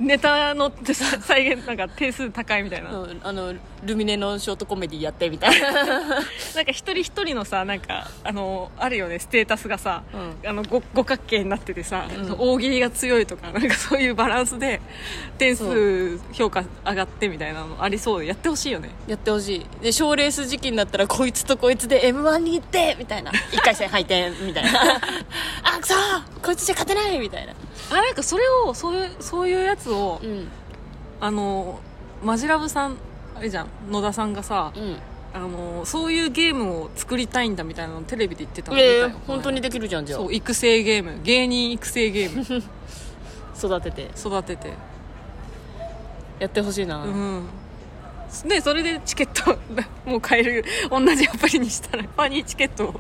Speaker 1: ネタのってさ 再現なんか定数高いみたいな、
Speaker 2: うんあのルミネのショートコメディやってみたいな
Speaker 1: なんか一人一人のさなんかあのあるよねステータスがさ、
Speaker 2: う
Speaker 1: あのご五角形になっててさ、
Speaker 2: うん
Speaker 1: 大喜利が強いとかなんかそういうバランスで点数評価上がってみたいなのありそうでやってほしいよね
Speaker 2: やってほしいで賞ーレース時期になったらこいつとこいつで m 1に行ってみたいな1回戦敗転みたいな あくそーこいつじゃ勝てないみたいな
Speaker 1: あなんかそれをそういうそういうやつを、
Speaker 2: うん
Speaker 1: あのマジラブさんあれじゃん野田さんがさ、
Speaker 2: うん
Speaker 1: あのそういうゲームを作りたいんだみたいなのをテレビで言ってたの見たよ
Speaker 2: えー、本当にできるじゃんじゃ
Speaker 1: そう育成ゲーム芸人育成ゲーム
Speaker 2: あ育てて
Speaker 1: 育てて
Speaker 2: やってほしいな、
Speaker 1: うんでそれでチケットもう買える同じアプリにしたらファニーチケットを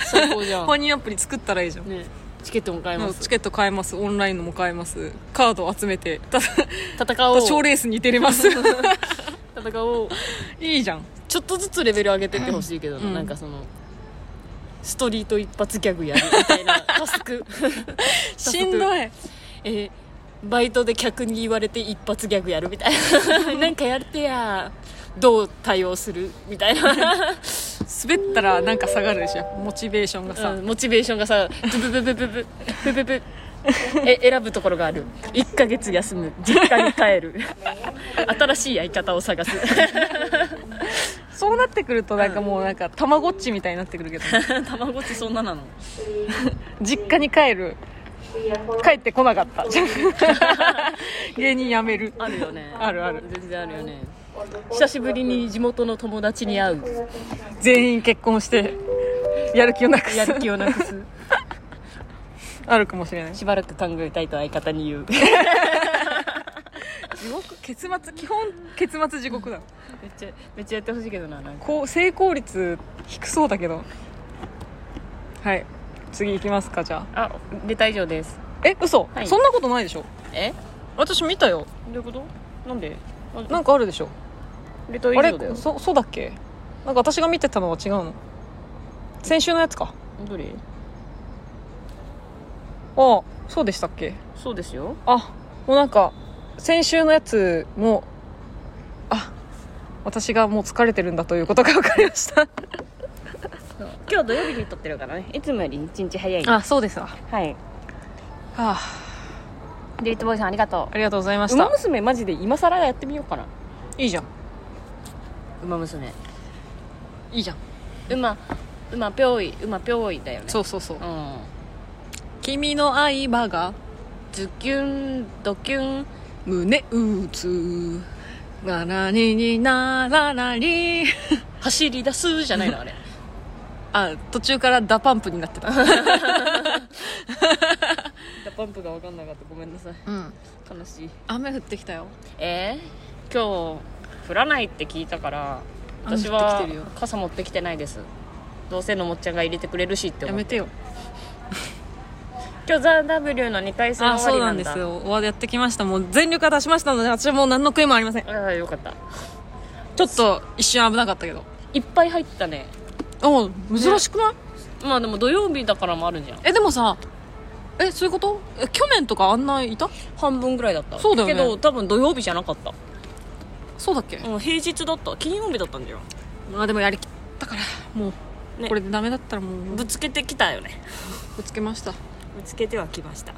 Speaker 2: 最高じ
Speaker 1: フ
Speaker 2: ゃ
Speaker 1: ァ
Speaker 2: ん、
Speaker 1: ニーアプリ作ったらいいじゃ ん
Speaker 2: ね、チケットも買えま
Speaker 1: もう
Speaker 2: す
Speaker 1: チケット買えますオンラインのも買えますカードを集めて ただ
Speaker 2: 戦おう
Speaker 1: 賞レースに出れます
Speaker 2: 戦おう
Speaker 1: いいじゃん
Speaker 2: ちょっとずつレベル上げてってほしいけどな、
Speaker 1: うん
Speaker 2: なんかそのストリート一発ギャグやるみたいな タスク
Speaker 1: しんどい
Speaker 2: えーバイトで客に言われて一発ギャグやるみたい ななんかやってやどう対応するみたいな、
Speaker 1: 滑ったらなんか下がるでしょモチベーションがさ、
Speaker 2: うんモチベーションがさブブブブブブブブブブえ選ぶところがある1ヶ月休む実家に帰 る新しい相方を探す
Speaker 1: そうなってくるとなんかもうなんかたまごっちみたいになってくるけ ど
Speaker 2: たまごっちそんななの
Speaker 1: 実家に帰る帰ってこなかった 芸人辞める
Speaker 2: あるよね
Speaker 1: あるある
Speaker 2: 全然あるよね久しぶりに地元の友達に会う
Speaker 1: 全員結婚してやる気をなくす
Speaker 2: やる気をなくす
Speaker 1: あるかもしれな い
Speaker 2: しばらく考えたいと相方に言う
Speaker 1: 地獄結末基本結末地獄だ
Speaker 2: めっちゃめっちゃやってほしいけどななんか
Speaker 1: こう成功率低そうだけどはい次行きますかじゃあ
Speaker 2: あレタ以上です
Speaker 1: え嘘、
Speaker 2: はい
Speaker 1: そんなことないでしょ
Speaker 2: え
Speaker 1: 私見たよ
Speaker 2: どういうことなんで
Speaker 1: なんかあるでしょ
Speaker 2: レタ以
Speaker 1: あ
Speaker 2: 上だよ
Speaker 1: れそそうだっけなんか私が見てたのは違うの先週のやつか
Speaker 2: どれ
Speaker 1: ああそうでしたっけ
Speaker 2: そうですよ
Speaker 1: あもうなんか先週のやつのあ私がもう疲れてるんだということが分かりました
Speaker 2: 今日土曜日に撮ってるからねいつもより一日早い
Speaker 1: あそうですわは
Speaker 2: はい
Speaker 1: あ
Speaker 2: デリートボーイさんありがと
Speaker 1: ありがとうございま
Speaker 2: う
Speaker 1: し
Speaker 2: 馬
Speaker 1: た
Speaker 2: 娘マジで今更やってみようかない
Speaker 1: いじゃん
Speaker 2: 馬娘
Speaker 1: いいじゃん
Speaker 2: 馬馬ぴょい馬ぴょいだよね
Speaker 1: そうそうそう
Speaker 2: うん
Speaker 1: 君の愛馬が
Speaker 2: ズキュンドキュン
Speaker 1: 胸打つならににならなり
Speaker 2: 走り出すじゃ ないのあれ
Speaker 1: あ途中からダパンプになってた
Speaker 2: ダパンプが分かんなかったごめんなさい
Speaker 1: うん
Speaker 2: 悲しい
Speaker 1: 雨降ってきたよ
Speaker 2: えー、今日降らないって聞いたから
Speaker 1: 雨
Speaker 2: 私
Speaker 1: 降っ
Speaker 2: は
Speaker 1: てきてるよ
Speaker 2: 傘持ってきてないですどうせのもっちゃんが入れてくれるしって
Speaker 1: や
Speaker 2: 思う
Speaker 1: めてよ
Speaker 2: 今日「ザ・ w の2回戦
Speaker 1: あ
Speaker 2: 終わ
Speaker 1: そう
Speaker 2: り
Speaker 1: な
Speaker 2: なんんだ
Speaker 1: ですよおわでやってきましたもう全力は出しましたので私はもう何の悔いもありません
Speaker 2: ああよかった
Speaker 1: ちょっと一瞬危なかったけど
Speaker 2: いっぱい入ったね
Speaker 1: あ珍しくない、
Speaker 2: まあでも土曜日だからもあるじゃん
Speaker 1: えでもさえそういうことえ去年とかあんないた
Speaker 2: 半分ぐらいだった
Speaker 1: そうだよね
Speaker 2: けど多分土曜日じゃなかった
Speaker 1: そうだっけ、
Speaker 2: うん平日だった金曜日だったんだよ
Speaker 1: まあでもやりきったからもう、
Speaker 2: ね
Speaker 1: これでダメだったらもうぶ
Speaker 2: ぶつけてきたよね
Speaker 1: ぶつけました
Speaker 2: ぶつけてはきました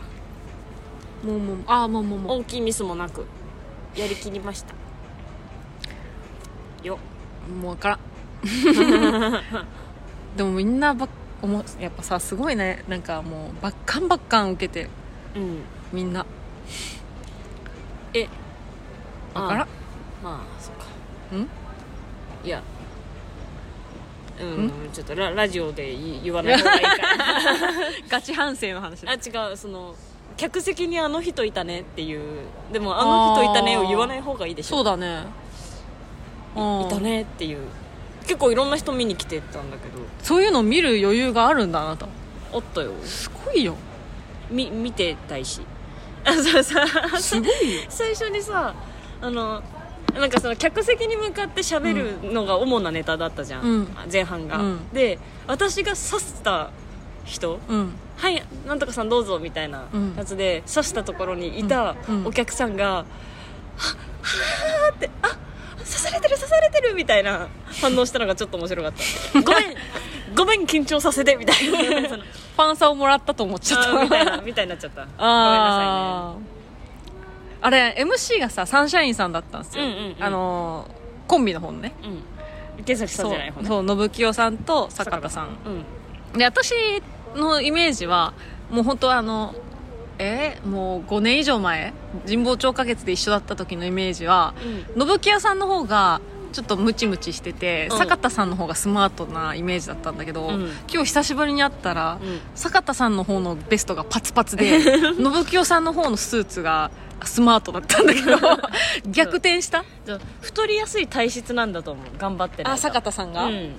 Speaker 1: もうもうああもうもうもう
Speaker 2: 大きいミスもなくやりきりましたよ
Speaker 1: もう 分からんでもみんなばっおもやっぱさすごいねなんかもうばっかんばっかん受けて
Speaker 2: うん
Speaker 1: みんな
Speaker 2: え
Speaker 1: 分から
Speaker 2: ま
Speaker 1: ん
Speaker 2: あそっか
Speaker 1: うん
Speaker 2: いやうんちょっとララジオで言言わない方がいい から
Speaker 1: ガチ反省の話だ
Speaker 2: あ違うその客席にあの人いたねっていうでもあの人いたねを言わない方がいいでしょ
Speaker 1: そうだねうん
Speaker 2: いたねっていう結構いろんな人見に来てたんだけど
Speaker 1: そういうの見る余裕があるんだあなた
Speaker 2: あったよ
Speaker 1: すごいよ
Speaker 2: み見てたいしあそうさ
Speaker 1: すごいよ
Speaker 2: 最初にさあのなんかその客席に向かって喋るのが主なネタだったじゃん、
Speaker 1: うん
Speaker 2: 前半が、
Speaker 1: うん
Speaker 2: で私が刺した人
Speaker 1: うん
Speaker 2: 「はいなんとかさんどうぞ」みたいな
Speaker 1: うん
Speaker 2: やつで、刺したところにいた
Speaker 1: うんうん
Speaker 2: お客さんが「ははーって「あ刺されてる刺されてる」みたいな反応したのがちょっと面白かった「ごめんごめん緊張させて」みた いなその
Speaker 1: ファンサをもらったと思っちゃっ
Speaker 2: あーみ
Speaker 1: た
Speaker 2: たいなみたいになっちゃった
Speaker 1: あーあれ MC がさサンシャインさんだったんですよ、
Speaker 2: うんうんうん
Speaker 1: あのーコンビの方のね
Speaker 2: ごめんなさいねうん池崎さんじゃない方
Speaker 1: そう
Speaker 2: ね
Speaker 1: そう信清さんと坂田さん
Speaker 2: うん
Speaker 1: で私のイメージはもう本当あのえーもう5年以上前神保町花月で一緒だった時のイメージは
Speaker 2: うん
Speaker 1: 信木屋さんの方がちょっとムチムチしてて、
Speaker 2: うん
Speaker 1: 坂田さんの方がスマートなイメージだったんだけど、
Speaker 2: うん
Speaker 1: 今日久しぶりに会ったら、
Speaker 2: うん
Speaker 1: 坂田さんの方のベストがパツパツ で信清さんの方のスーツがスマートだったんだけ ど逆転した
Speaker 2: じゃあ太りやすい体質なんだと思う頑張ってないと
Speaker 1: あ坂田さんが、
Speaker 2: うん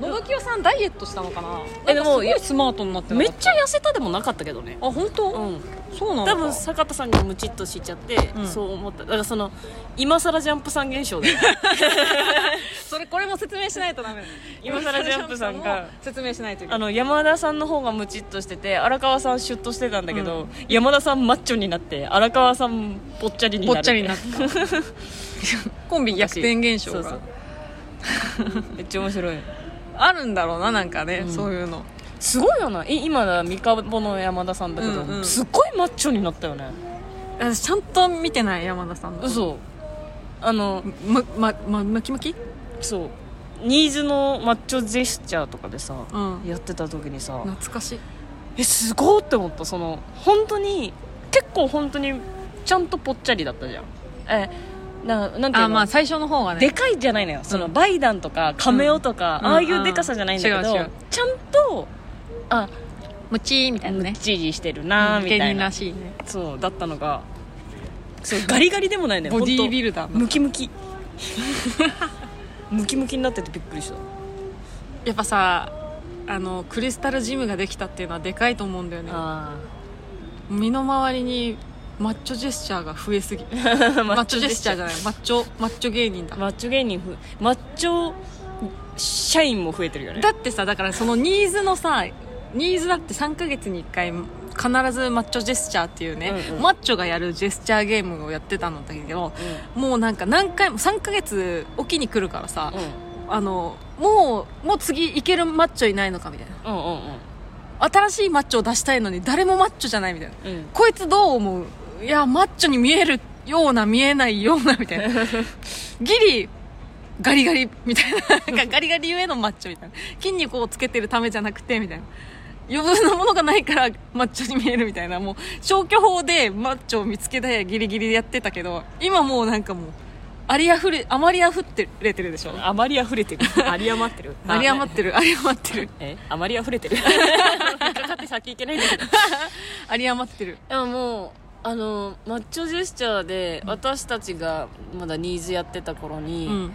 Speaker 1: 信清さんダイエットしたのかな
Speaker 2: え
Speaker 1: え
Speaker 2: で
Speaker 1: で
Speaker 2: も
Speaker 1: もすごいスマートになってな
Speaker 2: め
Speaker 1: か
Speaker 2: っちゃ痩せたでもなかったけどね
Speaker 1: あ本当、
Speaker 2: うん
Speaker 1: そうなのか
Speaker 2: 多分坂田さんがムチっとしちゃって、
Speaker 1: うん
Speaker 2: そう思っただからその今更ジャンプさん現象で
Speaker 1: それこれも説明しないとダメ
Speaker 2: 今更ジャンプさんが
Speaker 1: 説明しないといけ
Speaker 2: あ
Speaker 1: ない
Speaker 2: の山田さんの方がムチっとしてて荒川さんシュッとしてたんだけど、山田さんマッチョになって荒川さんぽっちゃりにな
Speaker 1: ぽ
Speaker 2: る
Speaker 1: っちゃりにな
Speaker 2: っ
Speaker 1: った コンビ逆転現象が
Speaker 2: そうそうめっちゃ面白い
Speaker 1: あるんだろうななんかね、そういうの
Speaker 2: すごいよない今だ三河の山田さんだけど、
Speaker 1: うんうん
Speaker 2: すっごいマッチョになったよね
Speaker 1: 私ちゃんと見てない山田さんの
Speaker 2: 嘘あの
Speaker 1: まままムキムキ
Speaker 2: そうニーズのマッチョジェスチャーとかでさ、
Speaker 1: うん
Speaker 2: やってた時にさ
Speaker 1: 懐かしい
Speaker 2: えすごいって思ったその本当に結構本当にちゃんとぽっちゃりだったじゃんえななんていう
Speaker 1: あ
Speaker 2: の
Speaker 1: まあ最初の方はね
Speaker 2: でかいじゃないのよその、
Speaker 1: うん
Speaker 2: バイダンとかカメオとか、
Speaker 1: うん
Speaker 2: ああいうでかさじゃないんだけど、
Speaker 1: うん違う違う
Speaker 2: ちゃんとあ
Speaker 1: ムチーみたいな
Speaker 2: むっ
Speaker 1: ね
Speaker 2: ちりしてるなーみ
Speaker 1: 芸
Speaker 2: たい
Speaker 1: 人
Speaker 2: な、
Speaker 1: らしいね
Speaker 2: そうだったのがそうガリガリでもないね
Speaker 1: ボディービ
Speaker 2: ル
Speaker 1: ルダーの
Speaker 2: ムキムキ ムキムキになっててびっくりした
Speaker 1: やっぱさあのクリスタルジムができたっていうのはでかいと思うんだよね
Speaker 2: あ
Speaker 1: 身の回りにマッチョジェスチャーが増えすぎマ
Speaker 2: あ マ
Speaker 1: ッチョジェスチャーじゃないマッチョマッチョ芸人だ
Speaker 2: マッチョ芸人ふマッチョ社員も増えてるよね
Speaker 1: だってさだからそのニーズのさニーズだって3ヶ月に1回必ずマッチョジェスチャーっていうね、
Speaker 2: うんうん
Speaker 1: マッチョがやるジェスチャーゲームをやってたんだけどもうなんか何回も3ヶ月おきに来るからさ、あのもうもう次いけるマッチョいないのかみたいな
Speaker 2: うんうんうん
Speaker 1: 新しいマッチョを出したいのに誰もマッチョじゃないみたいな
Speaker 2: うんうん
Speaker 1: こいつどう思ういやマッチョに見えるような見えないようなみたい なギリガリガリみたいななんかガリガリゆえのマッチョみたいな筋肉をつけてるためじゃなくてみたいな余分なものがないからマッチョに見えるみたいなもう消去法でマッチョを見つけてギリギリでやってたけど今もうなんかもうありあふれあまりあふってれてるでしょ
Speaker 2: あまり溢れてる あり余ってる
Speaker 1: あり余
Speaker 2: て
Speaker 1: ってるあり余ってる
Speaker 2: えあまり溢れてる 引っかかって先行 けないんだけど
Speaker 1: あり余ってる
Speaker 2: でももうあのマッチョジェスチャーで私たちがまだニーズやってた頃
Speaker 1: う
Speaker 2: に、
Speaker 1: ん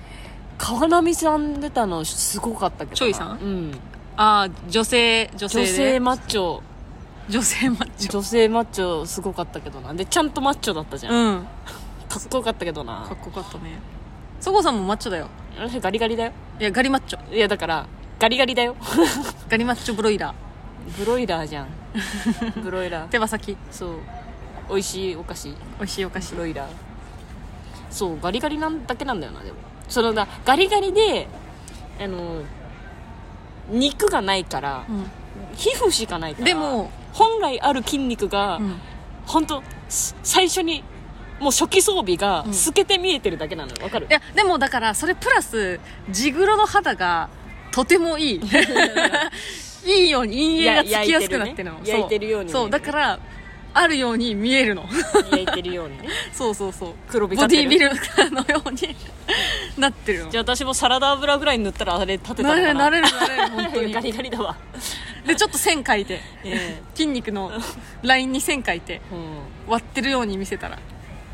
Speaker 2: 川波さん出たのすごかったけどな
Speaker 1: ちょいさん
Speaker 2: うん
Speaker 1: ああ女性女性
Speaker 2: 女
Speaker 1: で
Speaker 2: 性マッチョ
Speaker 1: 女性マッチョ
Speaker 2: 女性マッチョすごかったけどなでちゃんとマッチョだったじゃん、
Speaker 1: うん
Speaker 2: かっこよかったけどな
Speaker 1: かっこよかったねそごさんもマッチョだよ
Speaker 2: 私ガリガリだよ
Speaker 1: いやガリマッチョ
Speaker 2: いやだからガリガリだよ
Speaker 1: ガリマッチョブロイラ
Speaker 2: ブロイラー じゃんブロイラ
Speaker 1: ー
Speaker 2: ー
Speaker 1: 手羽先
Speaker 2: そう美味しいお菓子
Speaker 1: 美味しいお菓子
Speaker 2: ブロイラーそうガリガリなんだけなんだよなでもそのだガリガリであの肉がないから
Speaker 1: う
Speaker 2: 皮膚しかないから
Speaker 1: でも
Speaker 2: 本来ある筋肉が、
Speaker 1: ん
Speaker 2: 本当す最初にもう初期装備が
Speaker 1: うん
Speaker 2: 透けて見えてるだけなのよわかる
Speaker 1: いやでもだからそれプラスジグロの肌がとても いいいいように陰影がつきやすくなってるの
Speaker 2: いや焼いてるね焼いてるように見える
Speaker 1: そうそうだからあるように見えるの
Speaker 2: 焼いてるようにね
Speaker 1: そうそうそう
Speaker 2: 黒
Speaker 1: ボ
Speaker 2: 光って
Speaker 1: ディ
Speaker 2: る
Speaker 1: ービル のようになってるの
Speaker 2: じゃあ私もサラダ油ぐらい塗ったらあれ立てたの
Speaker 1: な
Speaker 2: か
Speaker 1: れ
Speaker 2: な
Speaker 1: るなれるなれる本当に
Speaker 2: ガリガリだわ、
Speaker 1: でちょっと線描いて
Speaker 2: え
Speaker 1: 筋肉のラインに線描いて
Speaker 2: えうん
Speaker 1: 割ってるように見せたら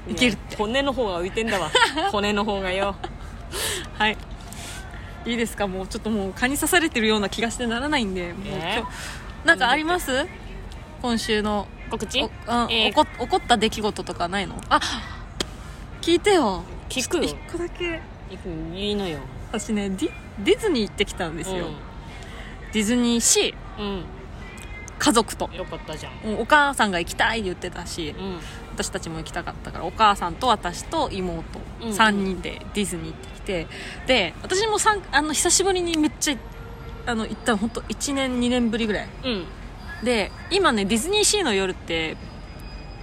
Speaker 1: いけるって
Speaker 2: ね骨の方が浮いてんだ わ骨の方がよ
Speaker 1: はい。いいですかもうちょっともう蚊に刺されてるような気がしてならないんで、もう
Speaker 2: えー
Speaker 1: 今日なんかあります？今週の
Speaker 2: 告知
Speaker 1: お、あ
Speaker 2: えー
Speaker 1: 起こ起こった出来事とかないの？あ、聞いてよ。
Speaker 2: 聞くよ
Speaker 1: 一個だけ
Speaker 2: いいのよ
Speaker 1: 私ねディディズニー行ってきたんですよ。ディズニーシ
Speaker 2: う
Speaker 1: ー
Speaker 2: ん、
Speaker 1: 家族と
Speaker 2: うん、。よかったじゃん
Speaker 1: もうお母さんが行きたいって言ってたし、
Speaker 2: うん
Speaker 1: 私たちも行きたかったからお母さんと私と妹
Speaker 2: うん
Speaker 1: 3人でディズニー行ってきて、で私もさんあの久しぶりにめっちゃあの行ったの本当1年2年ぶりぐらい
Speaker 2: うん
Speaker 1: で今ねディズニーシーの夜って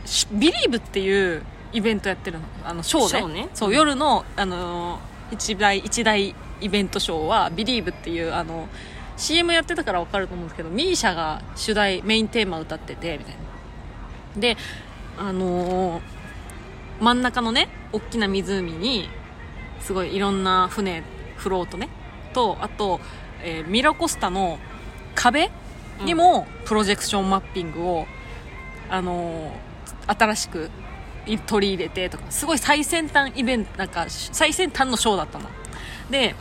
Speaker 1: しビリーブっていうイベントやってるのあのショー
Speaker 2: シ
Speaker 1: ね
Speaker 2: ョーね
Speaker 1: そう夜の、あのー一大一大イベントショーはビリーブっていうあの CM やってたから分かると思うんですけどミーシャが主題メインテーマ歌っててみたいなであのー真ん中のね大きな湖にすごいいろんな船フロートねとあと、えーミラコスタの壁にもプロジェクションマッピングを、あのー新しくい取り入れてとかすごい最先端イベントなんか最先端のショーだったので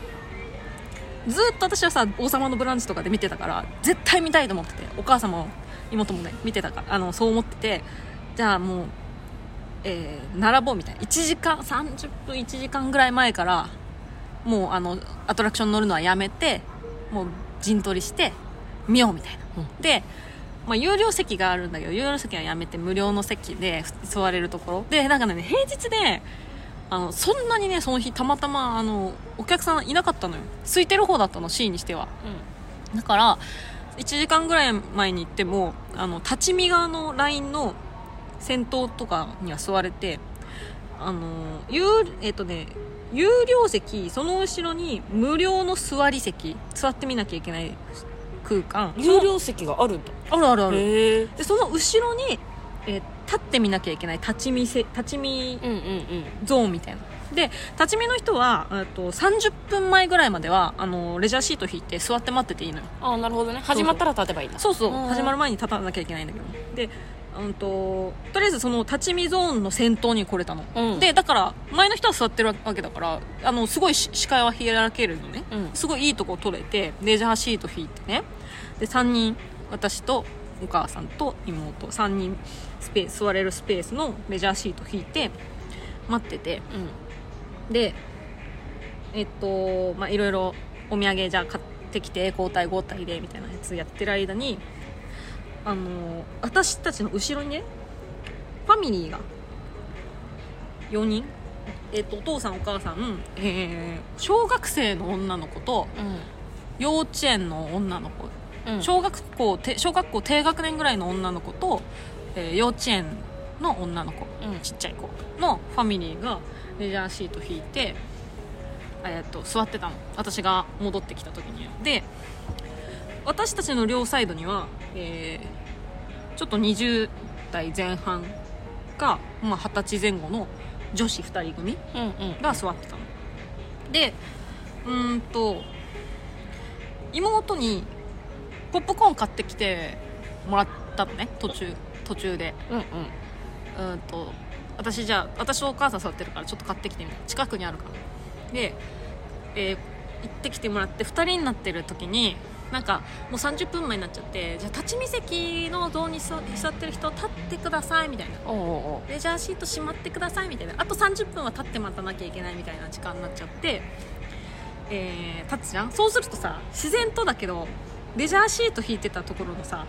Speaker 1: ずっと私はさ「王様のブランチ」とかで見てたから絶対見たいと思っててお母様も妹もね見てたからあのそう思っててじゃあもう、えー並ぼうみたいな1時間30分1時間ぐらい前からもうあのアトラクション乗るのはやめてもう陣取りして見ようみたいな、
Speaker 2: う
Speaker 1: で、まあ、有料席があるんだけど有料席はやめて無料の席でふ座れるところでなんかね平日であのそんなにねその日たまたまあのお客さんいなかったのよ空いてる方だったの C にしてはだから1時間ぐらい前に行ってもあの立ち見側のラインの先頭とかには座れてあの有えっ、とね有料席その後ろに無料の座り席座ってみなきゃいけない空間
Speaker 2: 有料席があるんだ
Speaker 1: あるあるある
Speaker 2: へえ
Speaker 1: でその後ろに、えー立ってみなきゃいけない立ち見せ立ち見
Speaker 2: うんうんうん
Speaker 1: ゾーンみたいなで立ち見の人は、えっと30分前ぐらいまではあのレジャーシート引いて座って待ってていいのよ
Speaker 2: ああなるほどね始まったら立てばいいんだ
Speaker 1: そうそう
Speaker 2: うん
Speaker 1: 始まる前に立たなきゃいけないんだけどでうんととりあえずその立ち見ゾーンの先頭に来れたの、
Speaker 2: うん
Speaker 1: でだから前の人は座ってるわけだからあのすごいし視界は開けるのね、
Speaker 2: うん
Speaker 1: すごいいいとこ取れてレジャーシート引いてねで3人私とお母さんと妹3人スペース座れるスペースのレジャーシート引いて待ってて
Speaker 2: うん
Speaker 1: でえっとまあいろいろお土産じゃあ買ってきて交代交代でみたいなやつやってる間にあの私たちの後ろにねファミリーが4人えっとお父さんお母さん、えー小学生の女の子と幼稚園の女の子
Speaker 2: うん
Speaker 1: 小学校て小学校低学年ぐらいの女の子と、えー幼稚園の女の子
Speaker 2: うん
Speaker 1: ちっちゃい子のファミリーがレジャーシート引いて、えー、と座ってたの私が戻ってきた時にで私たちの両サイドには、えーちょっと20代前半か、まあ、20歳前後の女子2人組
Speaker 2: うんうん
Speaker 1: が座ってたのでうーんと妹にポップコーン買ってきてもらったのね途中途中で
Speaker 2: うん
Speaker 1: うーんと私じゃあ私とお母さん座ってるからちょっと買ってきてみたいな近くにあるからで、えー行ってきてもらって2人になってる時になんかもう30分前になっちゃってじゃあ立ち見席の像に座座ってる人立ってくださいみたいな
Speaker 2: おうおう
Speaker 1: レジャーシートしまってくださいみたいなあと30分は立って待たなきゃいけないみたいな時間になっちゃって、えー立つじゃんそうするとさ自然とだけどレジャーシート引いてたところのさ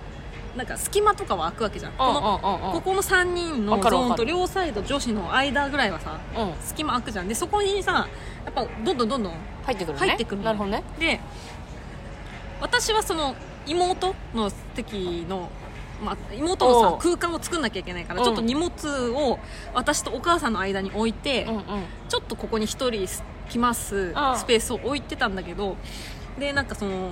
Speaker 1: なんか隙間とかは開くわけじゃんこ
Speaker 2: おう
Speaker 1: の
Speaker 2: おうおうお
Speaker 1: こ
Speaker 2: う
Speaker 1: この3人の
Speaker 2: わ
Speaker 1: ゾ
Speaker 2: かる
Speaker 1: ーン
Speaker 2: わか
Speaker 1: と
Speaker 2: る
Speaker 1: 両サイド女子の間ぐらいはさ
Speaker 2: うん
Speaker 1: 隙間開くじゃんでそこにさやっぱどんどんどんどん
Speaker 2: 入ってくるね
Speaker 1: 入ってくるの
Speaker 2: なるほどね
Speaker 1: で私はその妹の席の、まあ、妹
Speaker 2: お
Speaker 1: のさ
Speaker 2: う
Speaker 1: 空間を作んなきゃいけないから
Speaker 2: うん
Speaker 1: ちょっと荷物を私とお母さんの間に置いて、
Speaker 2: うんうん
Speaker 1: ちょっとここに1人来ます
Speaker 2: ああ
Speaker 1: スペースを置いてたんだけどでなんかその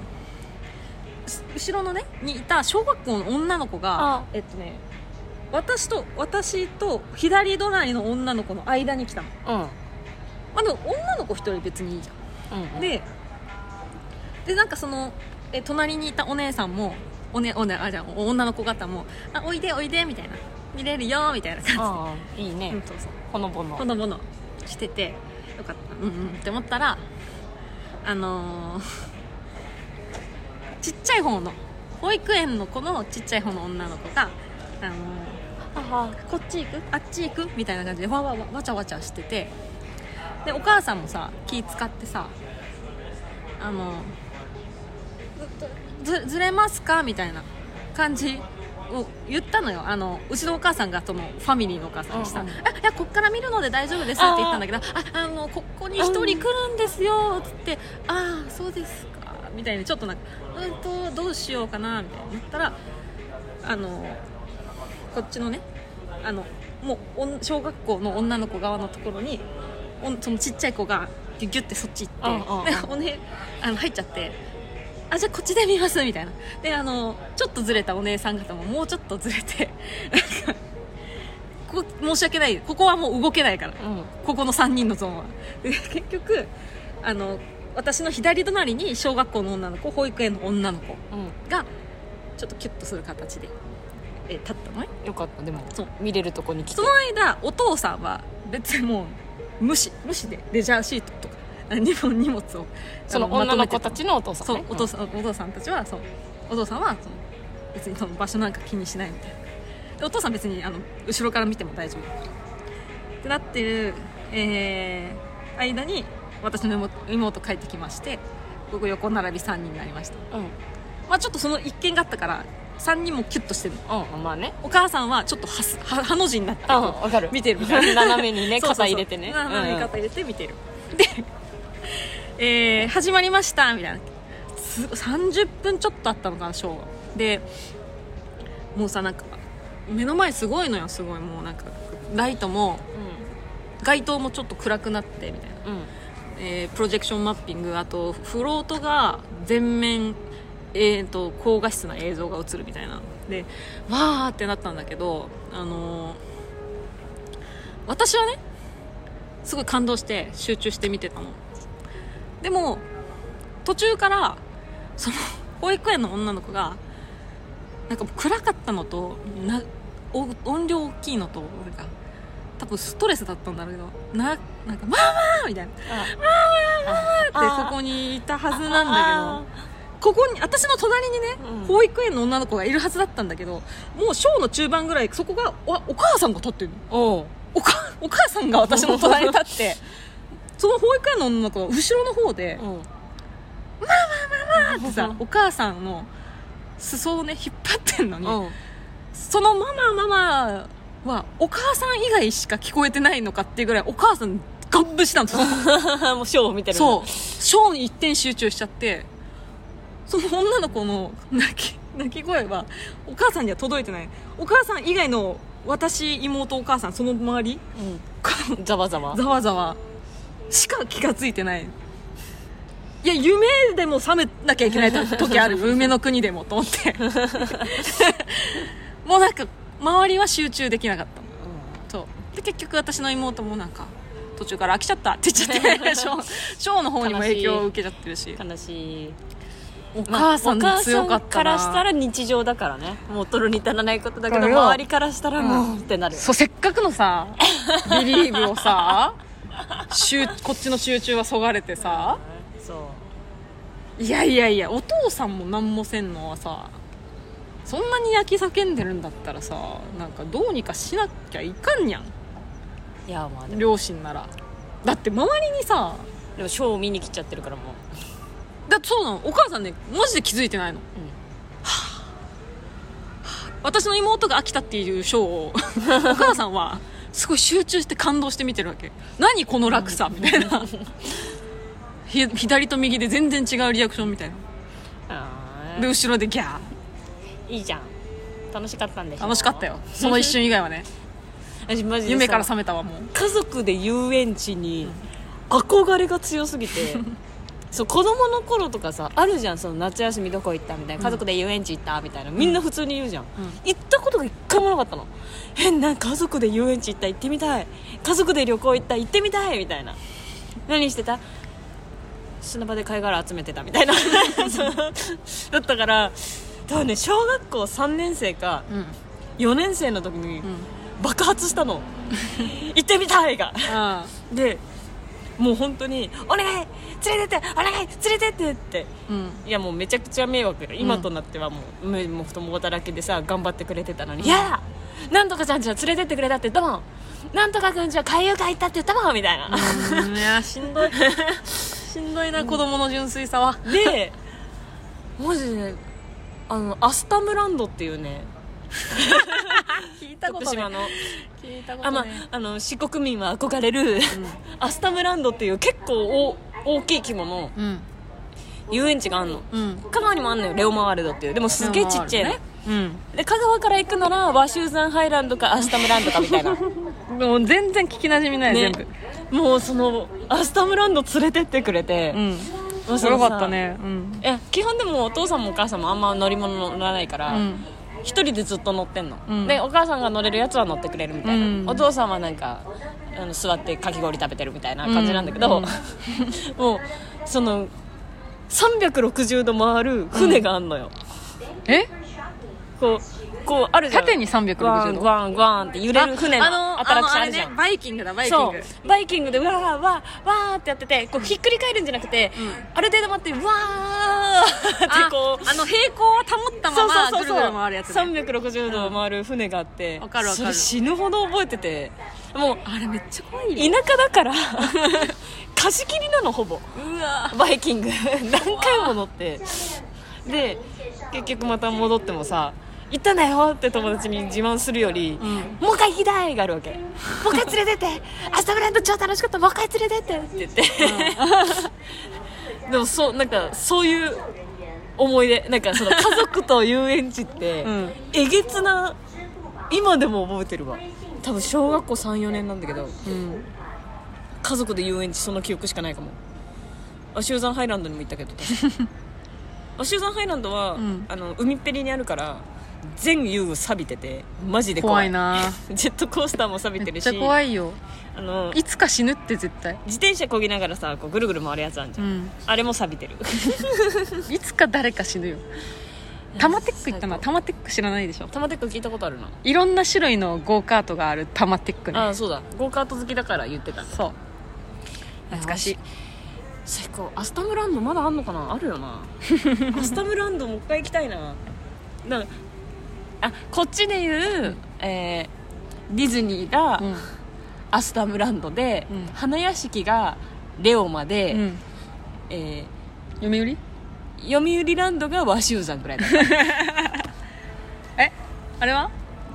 Speaker 1: し後ろのねにいた小学校の女の子が
Speaker 2: あ
Speaker 1: えっとね私と私と左隣の女の子の間に来たの、
Speaker 2: うんうん
Speaker 1: まあ、でも女の子1人別にいいじゃん
Speaker 2: うん
Speaker 1: ででなんかそのえ隣にいたお姉さんもおねおねあじゃあ女の子方も「あおいでおいで」みたいな「見れるよ」みたいな感
Speaker 2: ああいい
Speaker 1: じで、う
Speaker 2: ね
Speaker 1: ん、そうそう
Speaker 2: ほのぼの
Speaker 1: ほのぼのしててよかったうんうんって思ったらあのーちっちゃい方の保育園の子のちっちゃい方の女の子が「あのー
Speaker 2: あ
Speaker 1: こっち行くあっち行くみたいな感じでわわわわちゃわちゃしててでお母さんもさ気使ってさあのずずずれますかみたいな感じを言ったのよあのうちのお母さんがそのファミリーのお母さんにさ「
Speaker 2: うんうん
Speaker 1: あいやこっから見るので大丈夫です」って言ったんだけど「ああのここに一人来るんですよ」つって「ああそうですか」みたいにちょっとなんか「うんとどうしようかな」みたいになったらあのこっちのねあのもうおん小学校の女の子側のところにおんそのちっちゃい子がギュギュってそっち行
Speaker 2: うんうんうん
Speaker 1: ってでお、ね、あの入っちゃって「あじゃあこっちで見ます」みたいなであのちょっとずれたお姉さん方ももうちょっとずれてなんかここ申し訳ないここはもう動けないから
Speaker 2: うん
Speaker 1: ここの3人のゾーンはで結局あの私の左隣に小学校の女の子保育園の女の子
Speaker 2: う
Speaker 1: がちょっとキュッとする形で、えー立ったのね
Speaker 2: んよかったでも
Speaker 1: そう
Speaker 2: 見れるとこに来て
Speaker 1: その間お父さんは別にもう無視無視でレジャーシートとか あ荷物荷物を
Speaker 2: その
Speaker 1: あま
Speaker 2: 女
Speaker 1: とめ
Speaker 2: の
Speaker 1: て
Speaker 2: 子たちのお父さん
Speaker 1: そう
Speaker 2: ね
Speaker 1: お父さんお父さんたちはそうお父さんはその別にその場所なんか気にしないみたいなでお父さん別にあの後ろから見ても大丈夫ってなってる、えー間に私の妹妹帰ってきまして僕横並び3人になりました、
Speaker 2: うんうん
Speaker 1: まあ、ちょっとその一件があったから3人もキュッとしてるの
Speaker 2: うんまあね
Speaker 1: お母さんはちょっとはすはハの字になって
Speaker 2: うんわかる
Speaker 1: 見てるみたいな
Speaker 2: 斜めにね
Speaker 1: そうそうそ
Speaker 2: 肩
Speaker 1: う
Speaker 2: 入れてね
Speaker 1: あー
Speaker 2: うん
Speaker 1: 肩入れて見てるで、えー始まりましたみたいなす30分ちょっとあったのかなショーがでもうさなんか目の前すごいのよすごいもうなんかライトも街灯もちょっと暗くなってみたいな、
Speaker 2: うん
Speaker 1: えープロジェクションマッピングあとフロートが全面、えー、と高画質な映像が映るみたいなでわーってなったんだけど、あのー私はねすごい感動して集中して見てたのでも途中からその保育園の女の子がなんかもう暗かったのとなお音量大きいのとなんか多分ストレスだったんだろうけどななんか「ママ!」みたいな「ママ!」ってそこにいたはずなんだけどここに私の隣にね、
Speaker 2: うん
Speaker 1: 保育園の女の子がいるはずだったんだけどもうショーの中盤ぐらいそこがおお母さんが立ってるの
Speaker 2: おう
Speaker 1: おかお母さんが私の隣に立って その保育園の女の子が後ろの方で
Speaker 2: うん
Speaker 1: ってさお母さんの裾をね引っ張ってんのに、
Speaker 2: うん
Speaker 1: そのママママはお母さん以外しか聞こえてないのかっていうぐらいお母さんガン無視なんですよ
Speaker 2: もうショーを見てるんだ
Speaker 1: そうショーに一点集中しちゃってその女の子の泣き泣き声はお母さんには届いてないお母さん以外の私妹お母さんその周り
Speaker 2: うんざわざわ
Speaker 1: ざわざわしか気がついてないいや夢でも覚めなきゃいけない 時ある夢の国でもと思ってもうなんか周りは集中できなかったそうで結局私の妹もなんか途中から飽きちゃったって言っちゃって ショーショーの方にも影響を受けちゃってるし
Speaker 2: 悲しい
Speaker 1: お母さん
Speaker 2: まあお
Speaker 1: 強
Speaker 2: 母さ
Speaker 1: かっ
Speaker 2: ん
Speaker 1: た
Speaker 2: か
Speaker 1: な、
Speaker 2: らしたら日常だからねもう取るに足らないことだけ
Speaker 3: だ
Speaker 2: ど
Speaker 3: から
Speaker 2: 周りからしたらもうってなる
Speaker 1: そうせっかくのさビリーブをさ集こっちの集中はそがれてさ
Speaker 2: そ
Speaker 1: いやいやいやお父さんも何もせんのはさそんなに焼き叫んでるんだったらさなんかどうにかしなきゃいかんやん
Speaker 2: ういやまあでも
Speaker 1: 両親ならだって周りにさ
Speaker 2: でもショーを見に来ちゃってるからもう
Speaker 1: だってそうなのお母さんねマジで気づいてないの、はぁはぁ私の妹が飽きたっていうショー をお母さんはすごい集中して感動して見てるわけ何この落差みたいなひ左と右で全然違うリアクションみたいな
Speaker 2: あ
Speaker 1: で後ろでギャー
Speaker 2: ーいいじゃん楽しかったんでしょ
Speaker 1: 楽しかったよその一瞬以外はね
Speaker 2: 私マジでさ
Speaker 1: 夢から覚めたわもう
Speaker 2: 家族で遊園地に憧れが強すぎてそう子供の頃とかさあるじゃんその夏休みどこ行ったみたいな家族で遊園地行ったみたいな、みんな普通に言うじゃん、行ったことが一回もなかったのえなんか家族で遊園地行った行ってみたい家族で旅行行った行ってみたいみたいな何してた砂場で貝殻集めてたみたいな そうだったから多分ね小学校3年生か
Speaker 1: うん
Speaker 2: 4年生の時に
Speaker 1: うん
Speaker 2: 爆発した の行ってみたいが
Speaker 1: あ
Speaker 2: でもう本当に「お願い連れてってお願い連れてって」って
Speaker 1: ーうん
Speaker 2: いやもうめちゃくちゃ迷惑よ今となってはもう、めもう共働きでさ頑張ってくれてたのに「いやだなんとかちゃんちは連れてってくれたって言ったもんなんとかくんちは海遊会行ったって言ったもん」みたいな、
Speaker 1: いやしん どいしんどいな子供の純粋さは
Speaker 2: でマジであのアスタムランドっていうね
Speaker 1: 聞いた
Speaker 2: 徳島の、
Speaker 1: 聞いたこ
Speaker 2: あ
Speaker 1: と
Speaker 2: まあ
Speaker 1: ね
Speaker 2: あの四国民は憧れる、アスタムランドっていう結構お大きい規模の
Speaker 1: うん
Speaker 2: 遊園地があんの
Speaker 1: うん
Speaker 2: 香川にもあんのよレオマワールドっていうでもすげえちっちゃいの、
Speaker 1: ねうん
Speaker 2: で香川から行くなら和シューザンハイランドかアスタムランドかみたいな
Speaker 1: もう全然聞きなじみない、
Speaker 2: ね
Speaker 1: 全部
Speaker 2: もうそのアスタムランド連れてってくれて、
Speaker 1: うん
Speaker 2: もうそ
Speaker 1: よ
Speaker 2: のさ
Speaker 1: かったねうん
Speaker 2: いや基本でもお父さんもお母さんもあんま乗り物乗らないか
Speaker 1: う
Speaker 2: ら、
Speaker 1: ん
Speaker 2: 一人でずっと乗ってんの、
Speaker 1: うん
Speaker 2: でお母さんが乗れるやつは乗ってくれるみたいな、
Speaker 1: うん
Speaker 2: お父さんはなんかあの座ってかき氷食べてるみたいな感じなんだけど、
Speaker 1: うん
Speaker 2: もうその360度回る船があんのよ、
Speaker 1: え
Speaker 2: こうこうあるじゃん
Speaker 1: 縦に360度
Speaker 2: グワングワングワンって揺れる船のアトラクションあるじゃん
Speaker 1: バイキングだバイキン
Speaker 2: そ
Speaker 1: グ
Speaker 2: うバイキングでうわーわーわーってやっててこうひっくり返るんじゃなくて、ある程度待ってうわーってこう
Speaker 1: あの平行は保ったままぐるぐる回るやつね
Speaker 2: 360度回る船があって、
Speaker 1: わかるわか
Speaker 2: そ
Speaker 1: る
Speaker 2: れ死ぬほど覚えててもう
Speaker 1: あれめっちゃ怖い
Speaker 2: 田舎だから 貸し切りなのほぼ
Speaker 1: うわ
Speaker 2: バイキング何回も乗ってで結局また戻ってもさ行ったんだよって友達に自慢するより、もう一回行きたいがあるわけもう一回連れ てって明日ブランド超楽しかったもう一 回連れてってって言って、でもそうなんかそういう思い出なんかその家族と遊園地って、
Speaker 4: ん
Speaker 2: えげつな今でも覚えてるわ多分小学校34年なんだけど
Speaker 4: うん
Speaker 2: 家族で遊園地その記憶しかないかもアシューザンハイランドにも行った けど確かアシューザンハイランドは、
Speaker 1: ん
Speaker 2: あの海っぺりにあるから全遊具錆びててマジで怖
Speaker 1: 怖
Speaker 2: い
Speaker 1: いな
Speaker 2: ジェットコースターも錆びて
Speaker 1: め
Speaker 2: る
Speaker 1: っち
Speaker 2: し
Speaker 1: ゃ怖いよ
Speaker 2: あの
Speaker 1: いつか死ぬって絶対
Speaker 2: 自転車こぎながらさこうぐるぐる回るやつあんじゃん、
Speaker 1: うん
Speaker 2: あれも錆びてる
Speaker 1: いつか誰か死ぬよタマテック行ったなタマテック知らないでしょ
Speaker 2: 玉テック聞いたことあるない
Speaker 1: ろんな種類のゴーカートがあるタマテックね
Speaker 2: ああそうだゴーカート好きだから言ってた
Speaker 1: そう懐かしい
Speaker 2: 最高アスタムランドまだあんのかなあるよ なアスタムランドもう一回行きたいななんかあこっちで言う、えーディズニーが
Speaker 1: うん
Speaker 2: アスタムランドで、
Speaker 1: うん
Speaker 2: 花屋敷がレオマで、
Speaker 1: うん
Speaker 2: え
Speaker 1: 読売
Speaker 2: ー読売ランドが和州山ぐ らいだ
Speaker 1: えあれは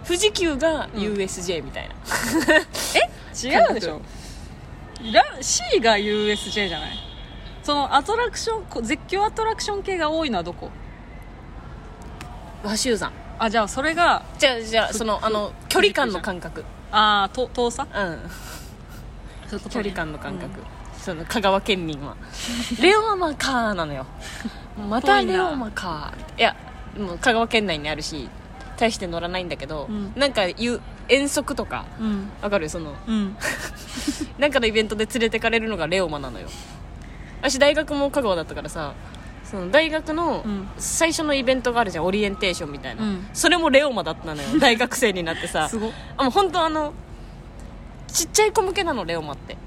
Speaker 2: 富士急が USJ みたいな、
Speaker 1: 違うでしょラ C が USJ じゃないそのアトラクションこ絶叫アトラクション系が多いのはどこ
Speaker 2: 和州山
Speaker 1: あじゃあそれが
Speaker 2: じゃあじゃあそのあの距離感の感覚
Speaker 1: ああ遠さ
Speaker 2: うん
Speaker 1: そういう
Speaker 2: 距
Speaker 1: ことね
Speaker 2: 離感の感覚、その香川県民は レオマかーなのよまたレオマかーいやもう香川県内にあるし大して乗らないんだけど、
Speaker 1: うん
Speaker 2: なんかいう遠足とか
Speaker 1: うん
Speaker 2: わかるその
Speaker 1: うん
Speaker 2: なんかのイベントで連れてかれるのがレオマなのよ私大学も香川だったからさその大学の
Speaker 1: うん
Speaker 2: 最初のイベントがあるじゃんオリエンテーションみたいな、
Speaker 1: うん
Speaker 2: それもレオマだったのよ大学生になってさ
Speaker 1: すご
Speaker 2: あもう本当あのちっちゃい子向けなのレオマって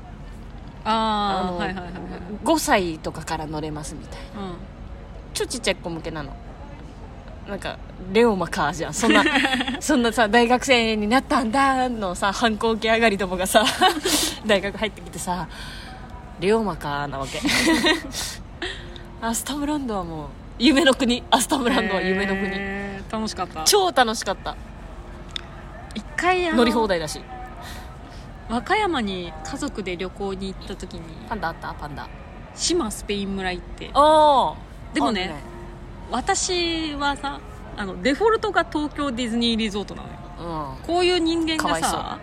Speaker 1: ああ
Speaker 2: の
Speaker 1: はいはいはいはい
Speaker 2: 5歳とかから乗れますみたいな
Speaker 1: うん
Speaker 2: 超ちっちゃい子向けなのなんかレオマカーじゃんそ んなそんなさ大学生になったんだのさ反抗期上がりどもが さ大学入ってきてさレオマカーなわ けアスタムランドはもう夢の国アスタムランドは夢の国
Speaker 1: へー楽しかった
Speaker 2: 超楽しかった
Speaker 1: 一回あの
Speaker 2: 乗り放題だし
Speaker 1: 和歌山に家族で旅行に行った時に
Speaker 2: パンダあったパンダ
Speaker 1: 島スペイン村行って
Speaker 2: おー
Speaker 1: でもね私はさあのデフォルトが東京ディズニーリゾートなのよ
Speaker 2: あるね
Speaker 1: こういう人間
Speaker 2: かわ
Speaker 1: が
Speaker 2: いそう
Speaker 1: さ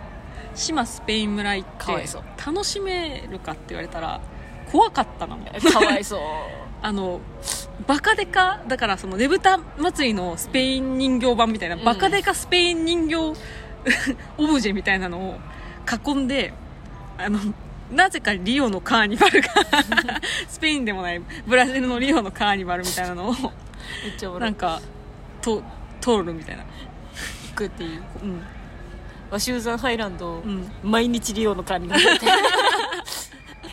Speaker 1: 島スペイン村行って
Speaker 2: かわいそう
Speaker 1: 楽しめるかって言われたら怖かったなの
Speaker 2: うんかわいそう
Speaker 1: あのバカデカだからそのねぶた祭りのスペイン人形版みたいな、
Speaker 2: ん
Speaker 1: バカデカスペイン人形 オブジェみたいなのを囲んであのなぜかリオのカーニバルが スペインでもないブラジルのリオのカーニバルみたいな のを
Speaker 2: めっちゃおもろい
Speaker 1: なんかと通るみたいな
Speaker 2: 行くっていう
Speaker 1: うん
Speaker 2: 和州山ハイランド、
Speaker 1: うん
Speaker 2: 毎日利用の管理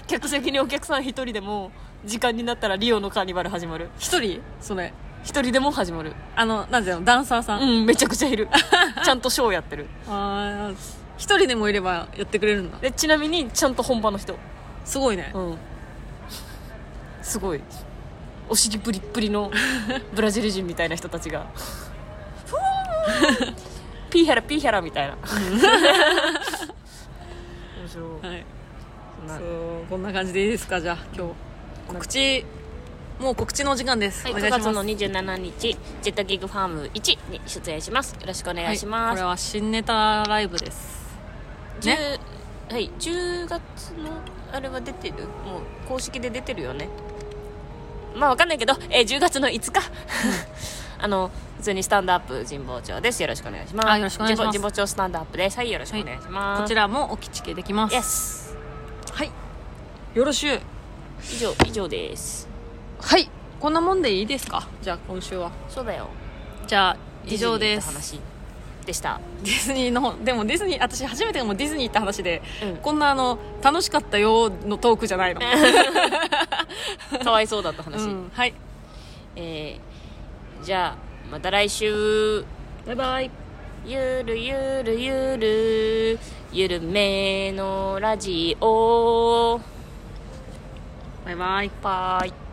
Speaker 2: 客席にお客さん一人でも時間になったらリオのカーニバル始まる
Speaker 1: 一人それ
Speaker 2: 一人でも始まる
Speaker 1: あのなんていうのダンサーさん、
Speaker 2: うんめちゃくちゃいるちゃんとショーやってる
Speaker 1: あー一人でもいればやってくれるんだ
Speaker 2: でちなみにちゃんと本場の人
Speaker 1: すごいね
Speaker 2: うんすごいお尻プリップリのブラジル人みたいな人たちがふーんピーヘラピーヘラみたいな面白い
Speaker 1: はい
Speaker 2: そんな
Speaker 1: そうこんな感じでいいですかじゃあ今日告知もう告知のお時間です、
Speaker 4: はい、
Speaker 1: お
Speaker 4: 9
Speaker 1: 願いし
Speaker 4: 月の
Speaker 1: ます
Speaker 4: 27日ジェットギグファーム1に出演しますよろしくお願いし
Speaker 1: は
Speaker 4: ま
Speaker 1: いこ
Speaker 4: す、
Speaker 1: れ
Speaker 4: は
Speaker 1: は新ネタライブです
Speaker 4: いねはい、10月のあれは出てるもう公式で出てるよねまあわかんないけど、えー10月の5日 あの普通にスタンドアップ神保町ですよろしくお願いします
Speaker 1: あよろしくお願いします
Speaker 4: 神保神保町スタンドアップですはいよろしくお願いします、
Speaker 1: こちらもお聞きできます、
Speaker 4: Yes
Speaker 1: はいよろしゅう
Speaker 4: 以上以上です
Speaker 1: はいこんなもんでいいですかじゃあ今週は
Speaker 4: そうだよ
Speaker 1: じゃあ以上で
Speaker 4: ディズニー行った
Speaker 1: す
Speaker 4: 話でした
Speaker 1: ディズニーのでもディズニー私初めてもうディズニー行った話で、
Speaker 4: うん
Speaker 1: こんなあの楽しかったよのトークじゃないの、
Speaker 4: かわいそうだった
Speaker 1: う
Speaker 4: 話、
Speaker 1: ん、はい
Speaker 4: えーじゃあまた来週
Speaker 1: バイバイ
Speaker 4: ゆるゆるゆるゆるめのラジオ
Speaker 1: バイバイ
Speaker 4: バイ